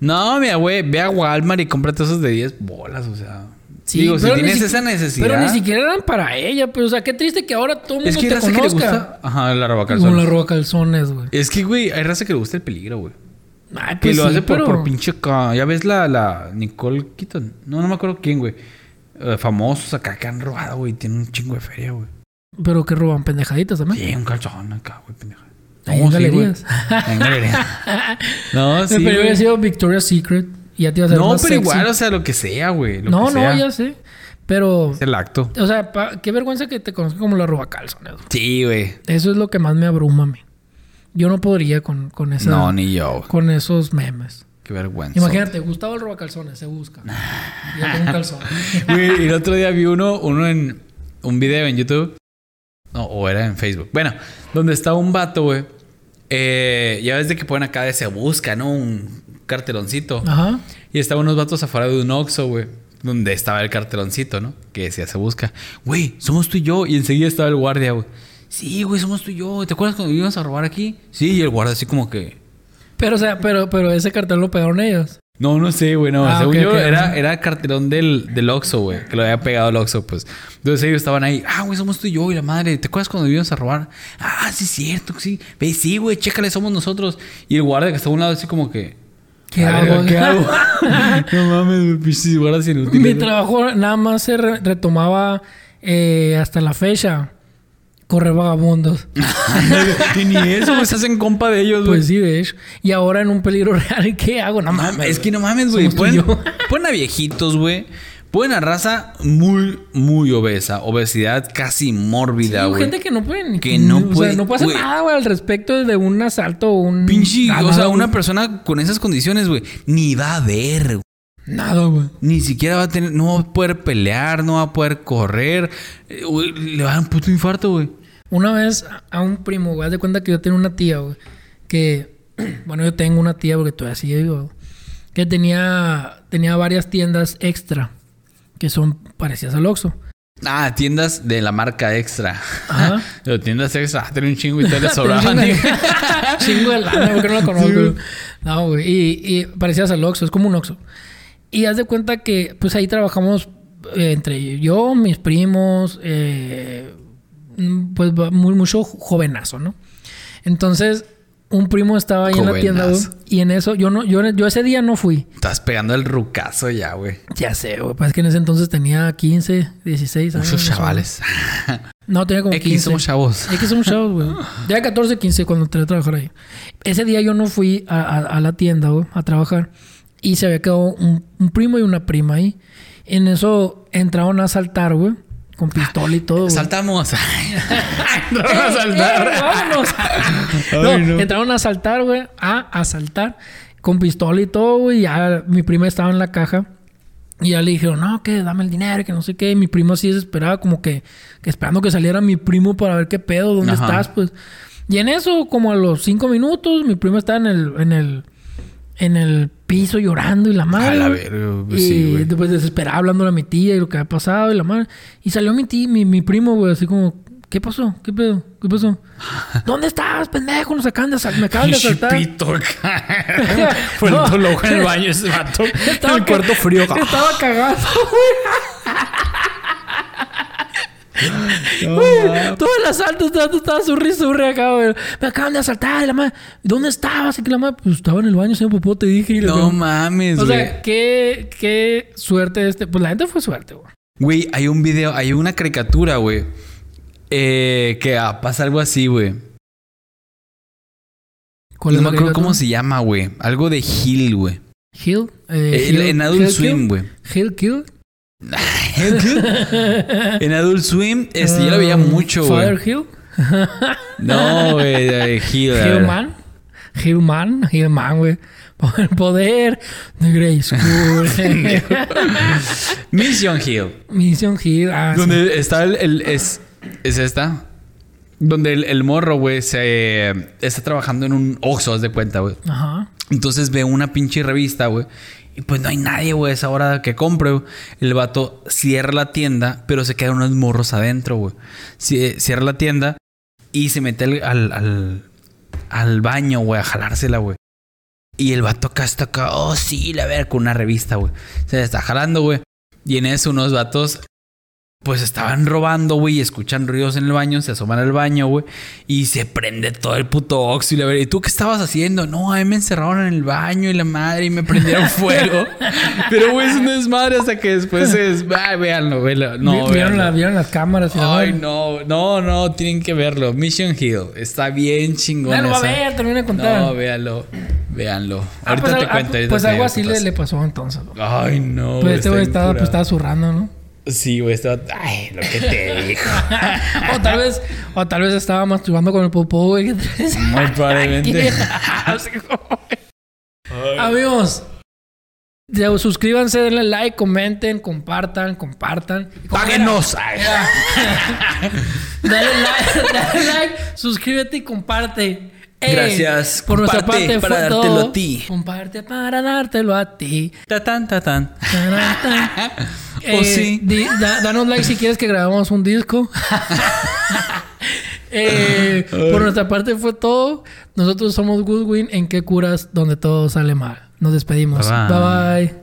No, mira, güey, ve a Walmart y cómprate esos de 10 bolas, o sea. Sí, Digo, si pero ni tienes siqui- esa necesidad. Pero ni siquiera eran para ella, pues, o sea, qué triste que ahora todo el Es mundo que hay te raza que le conozca. gusta. Ajá, la roba Con la calzones. roba calzones, güey. Es que, güey, hay raza que le gusta el peligro, güey. Ay, Que pues lo sí, hace por, pero- por pinche acá. Ya ves la, la Nicole Keaton. No, no me acuerdo quién, güey. Eh, famosos acá que han robado, güey. Tienen un chingo de feria, güey. Pero que roban pendejaditas también. Sí, un calzón acá, güey, pendeja. Ahí No, en sí, güey. galerías. *laughs* En galerías. No, sí. pero güey. hubiera sido Victoria's Secret y ya te ibas a ver No, más pero sexy. igual, o sea, lo que sea, güey. lo No, que no, sea. ya sé. Pero, Es el acto. o sea, pa- qué vergüenza que te conozcan como la roba calzones. Sí, güey. Eso es lo que más me abruma a mí. Yo no podría con, con esa, No, ni yo. güey. con esos memes. Qué vergüenza. Imagínate, Gustavo el roba calzones se busca. ya tengo un *laughs* calzón. Güey, y el otro día vi uno, uno en un video en YouTube. No, o era en Facebook. Bueno, donde estaba un vato, güey. Eh, ya ves de que ponen acá de se busca, ¿no? Un carteloncito. Ajá. Y estaban unos vatos afuera de un Oxxo, güey. Donde estaba el carteloncito, ¿no? Que decía se busca. Güey, somos tú y yo. Y enseguida estaba el guardia, güey. Sí, güey, somos tú y yo. ¿Te acuerdas cuando íbamos a robar aquí? Sí, y el guardia así como que... Pero, o sea, pero, pero ese cartel lo pegaron ellos. No, no sé, güey. No, Ah, según ok, yo, ok, era, ok. era cartelón del, del Oxxo, güey. Que lo había pegado el Oxxo, pues. Entonces ellos estaban ahí. Ah, güey, somos tú y yo y la madre. ¿Te acuerdas cuando íbamos a robar? Ah, sí, es cierto, sí. Ve, sí, güey, chécale, somos nosotros. Y el guardia que está a un lado así como que... ¿Qué "A hago? verga, *laughs* ¿Qué hago? *laughs* no mames, güey, pinches guardias inútiles. Mi güey. trabajo nada más se re- retomaba eh, hasta la fecha. Correr *laughs* vagabundos. y ni eso, güey, se hacen compa de ellos, Ah, güey. Pues sí, de hecho. Y ahora en un peligro *laughs* real, ¿qué hago? No No mames. mames, es que no güey. mames, güey. Somos tú Ponen, y yo. *laughs* ponen a viejitos, güey. Ponen a raza muy, muy obesa. Obesidad casi mórbida, Hay güey. gente que no puede ni- Que no o sea, puede, no pasa güey. nada, güey, al respecto de un asalto o un. Pinche, nada, o sea, güey. una persona con esas condiciones, güey, ni va a ver, güey. Nada, güey. Ni siquiera va a tener, no va a poder pelear, no va a poder correr. Eh, güey, le va a dar un puto infarto, güey. Una vez a- a un primo, güey, haz de cuenta que yo tenía una tía, güey, que, *clears throat* bueno, yo tengo una tía porque todavía sigue viva, güey, que tenía, tenía varias tiendas extra, que son parecidas al Oxxo. Ah, tiendas de la marca extra. Ajá. *laughs* Pero tiendas extra, tienen un chingo y te le *laughs* sobraban. Tenía una- *laughs* Chingo de lana, porque no la conozco. Sí, güey. no, güey. Y, y parecías al Oxxo, es como un Oxxo. Y haz de cuenta que, pues ahí trabajamos eh, entre yo, mis primos, eh, mm, pues va- muy, mucho jovenazo, ¿no? Entonces, un primo estaba ahí en la tienda, güey, Jovenazo. y en eso, yo no, yo, yo ese día no fui. Estás pegando el rucazo ya, güey. Ya sé, güey, pues es que en ese entonces tenía 15, 16 años. Muchos más o chavales. menos. No, tenía como 15. X somos chavos. Es que somos chavos, güey. Ya 14, 15 cuando entré a trabajar ahí. Ese día yo no fui a, a- a la tienda, güey, a trabajar. Y se había quedado un, un primo y una prima ahí. En eso entraron a asaltar, güey. Con pistola y todo. güey. Saltamos. *laughs* no ¡Eh, vas a eh, saltar. *laughs* vámonos! no, Ay, no. entraron a asaltar, güey. A asaltar. Con pistola y todo, güey. Ya mi prima estaba en la caja. Y ya le dijeron, no, que dame el dinero, que no sé qué. Y mi primo así desesperado, como que, que esperando que saliera mi primo para ver qué pedo, dónde Ajá. estás, pues. Y en eso, como a los cinco minutos, mi primo está en el, en el, en el piso llorando y la madre. A la güey. verga, Y pues, sí, güey. después desesperado hablando a mi tía y lo que había pasado y la madre. Y salió mi tía, mi, mi primo, güey, así como, ¿qué pasó? ¿Qué pedo? ¿Qué *laughs* pasó? ¿Dónde estás, pendejo? Nos acaban de asal- me acaban de Pinche asaltar. pito, *laughs* cara. Fue el No. otro loco en el baño ese *laughs* vato. En el ca- cuarto *laughs* frío. *laughs* Estaba cagado, güey. Todo el asalto estaba, estaba surri, surri acá, güey. Me acaban de asaltar. Y la madre, ¿dónde estabas? Y que la madre, pues estaba en el baño, señor popó, te dije. Y la No cagó. mames, O güey. sea, qué, qué suerte este. Pues la gente fue suerte, güey. Güey, hay un video, hay una caricatura, güey. eh, que ah, pasa algo así, güey. ¿Cuál No es me la acuerdo caricatura? cómo se llama, güey. Algo de Hill, güey. Hill. eh, El- Hill- en Adult Hill Swim, Kill. *laughs* güey. Hill Kill. en Adult Swim, este, yo lo veía Um, mucho, güey. Fire Hill. No, güey, de *laughs* Hill. la verdad. Hillman. Hillman. Hillman, güey. *laughs* Por el poder de Grey *laughs* School. Mission Hill. *laughs* Mission Hill. Ah, sí. Donde está el, el- es, es esta. Donde el, el morro, güey, se eh, está trabajando en un Oxxo, haz de cuenta, güey. Ajá. Entonces ve una pinche revista, güey. Y pues no hay nadie, güey, a esa hora que compre, güey. El vato cierra la tienda, pero se quedan unos morros adentro, güey. Cie- Cierra la tienda y se mete al, al, al- al baño, güey, a jalársela, güey. Y el vato acá está acá, oh sí, la ver, con una revista, güey. Se la está jalando, güey. Y en eso unos vatos pues estaban robando, güey, y escuchan ruidos en el baño, se asoman al baño, güey, y se prende todo el puto óxido. Y la verga, ¿y tú qué estabas haciendo? No, ahí me encerraron en el baño y la madre y me prendieron fuego. Pero, güey, es un desmadre hasta que después es. Ay, véanlo, güey. No, Vi- vieron, véanlo. la- vieron las cámaras. y la Ay, madre. no, no, no, tienen que verlo. Mission Hill está bien chingón. Ya lo va a esa. ver, termina de contar. No, véanlo, véanlo. Ah, ahorita pues, te ah, cuento. ahorita Pues te algo digo así qué le, pasa. le pasó entonces. güey. Ay, no. Pues güey, este está güey bien estaba, pues, curado. estaba zurrando, *laughs* ¿no? Sí, güey, estaba. Ay, lo que te *laughs* dijo. o tal vez, o tal vez estaba masturbando con el popó, güey. Muy probablemente. Amigos, ya, suscríbanse, denle like, comenten, compartan, compartan. ¡Páguenos! Ay. Dale like, *laughs* dale like, suscríbete y comparte. Eh, Gracias. Por nuestra Comparte parte, para fue dártelo todo. a ti. Comparte para dártelo a ti. Tatán, tatán. Tarán, tan. Oh, Eh, sí. di- da- danos like si quieres que grabamos un disco. Eh, por nuestra parte fue todo. Nosotros somos Goodwin en qué curas donde todo sale mal. Nos despedimos. Bye, bye. bye. bye.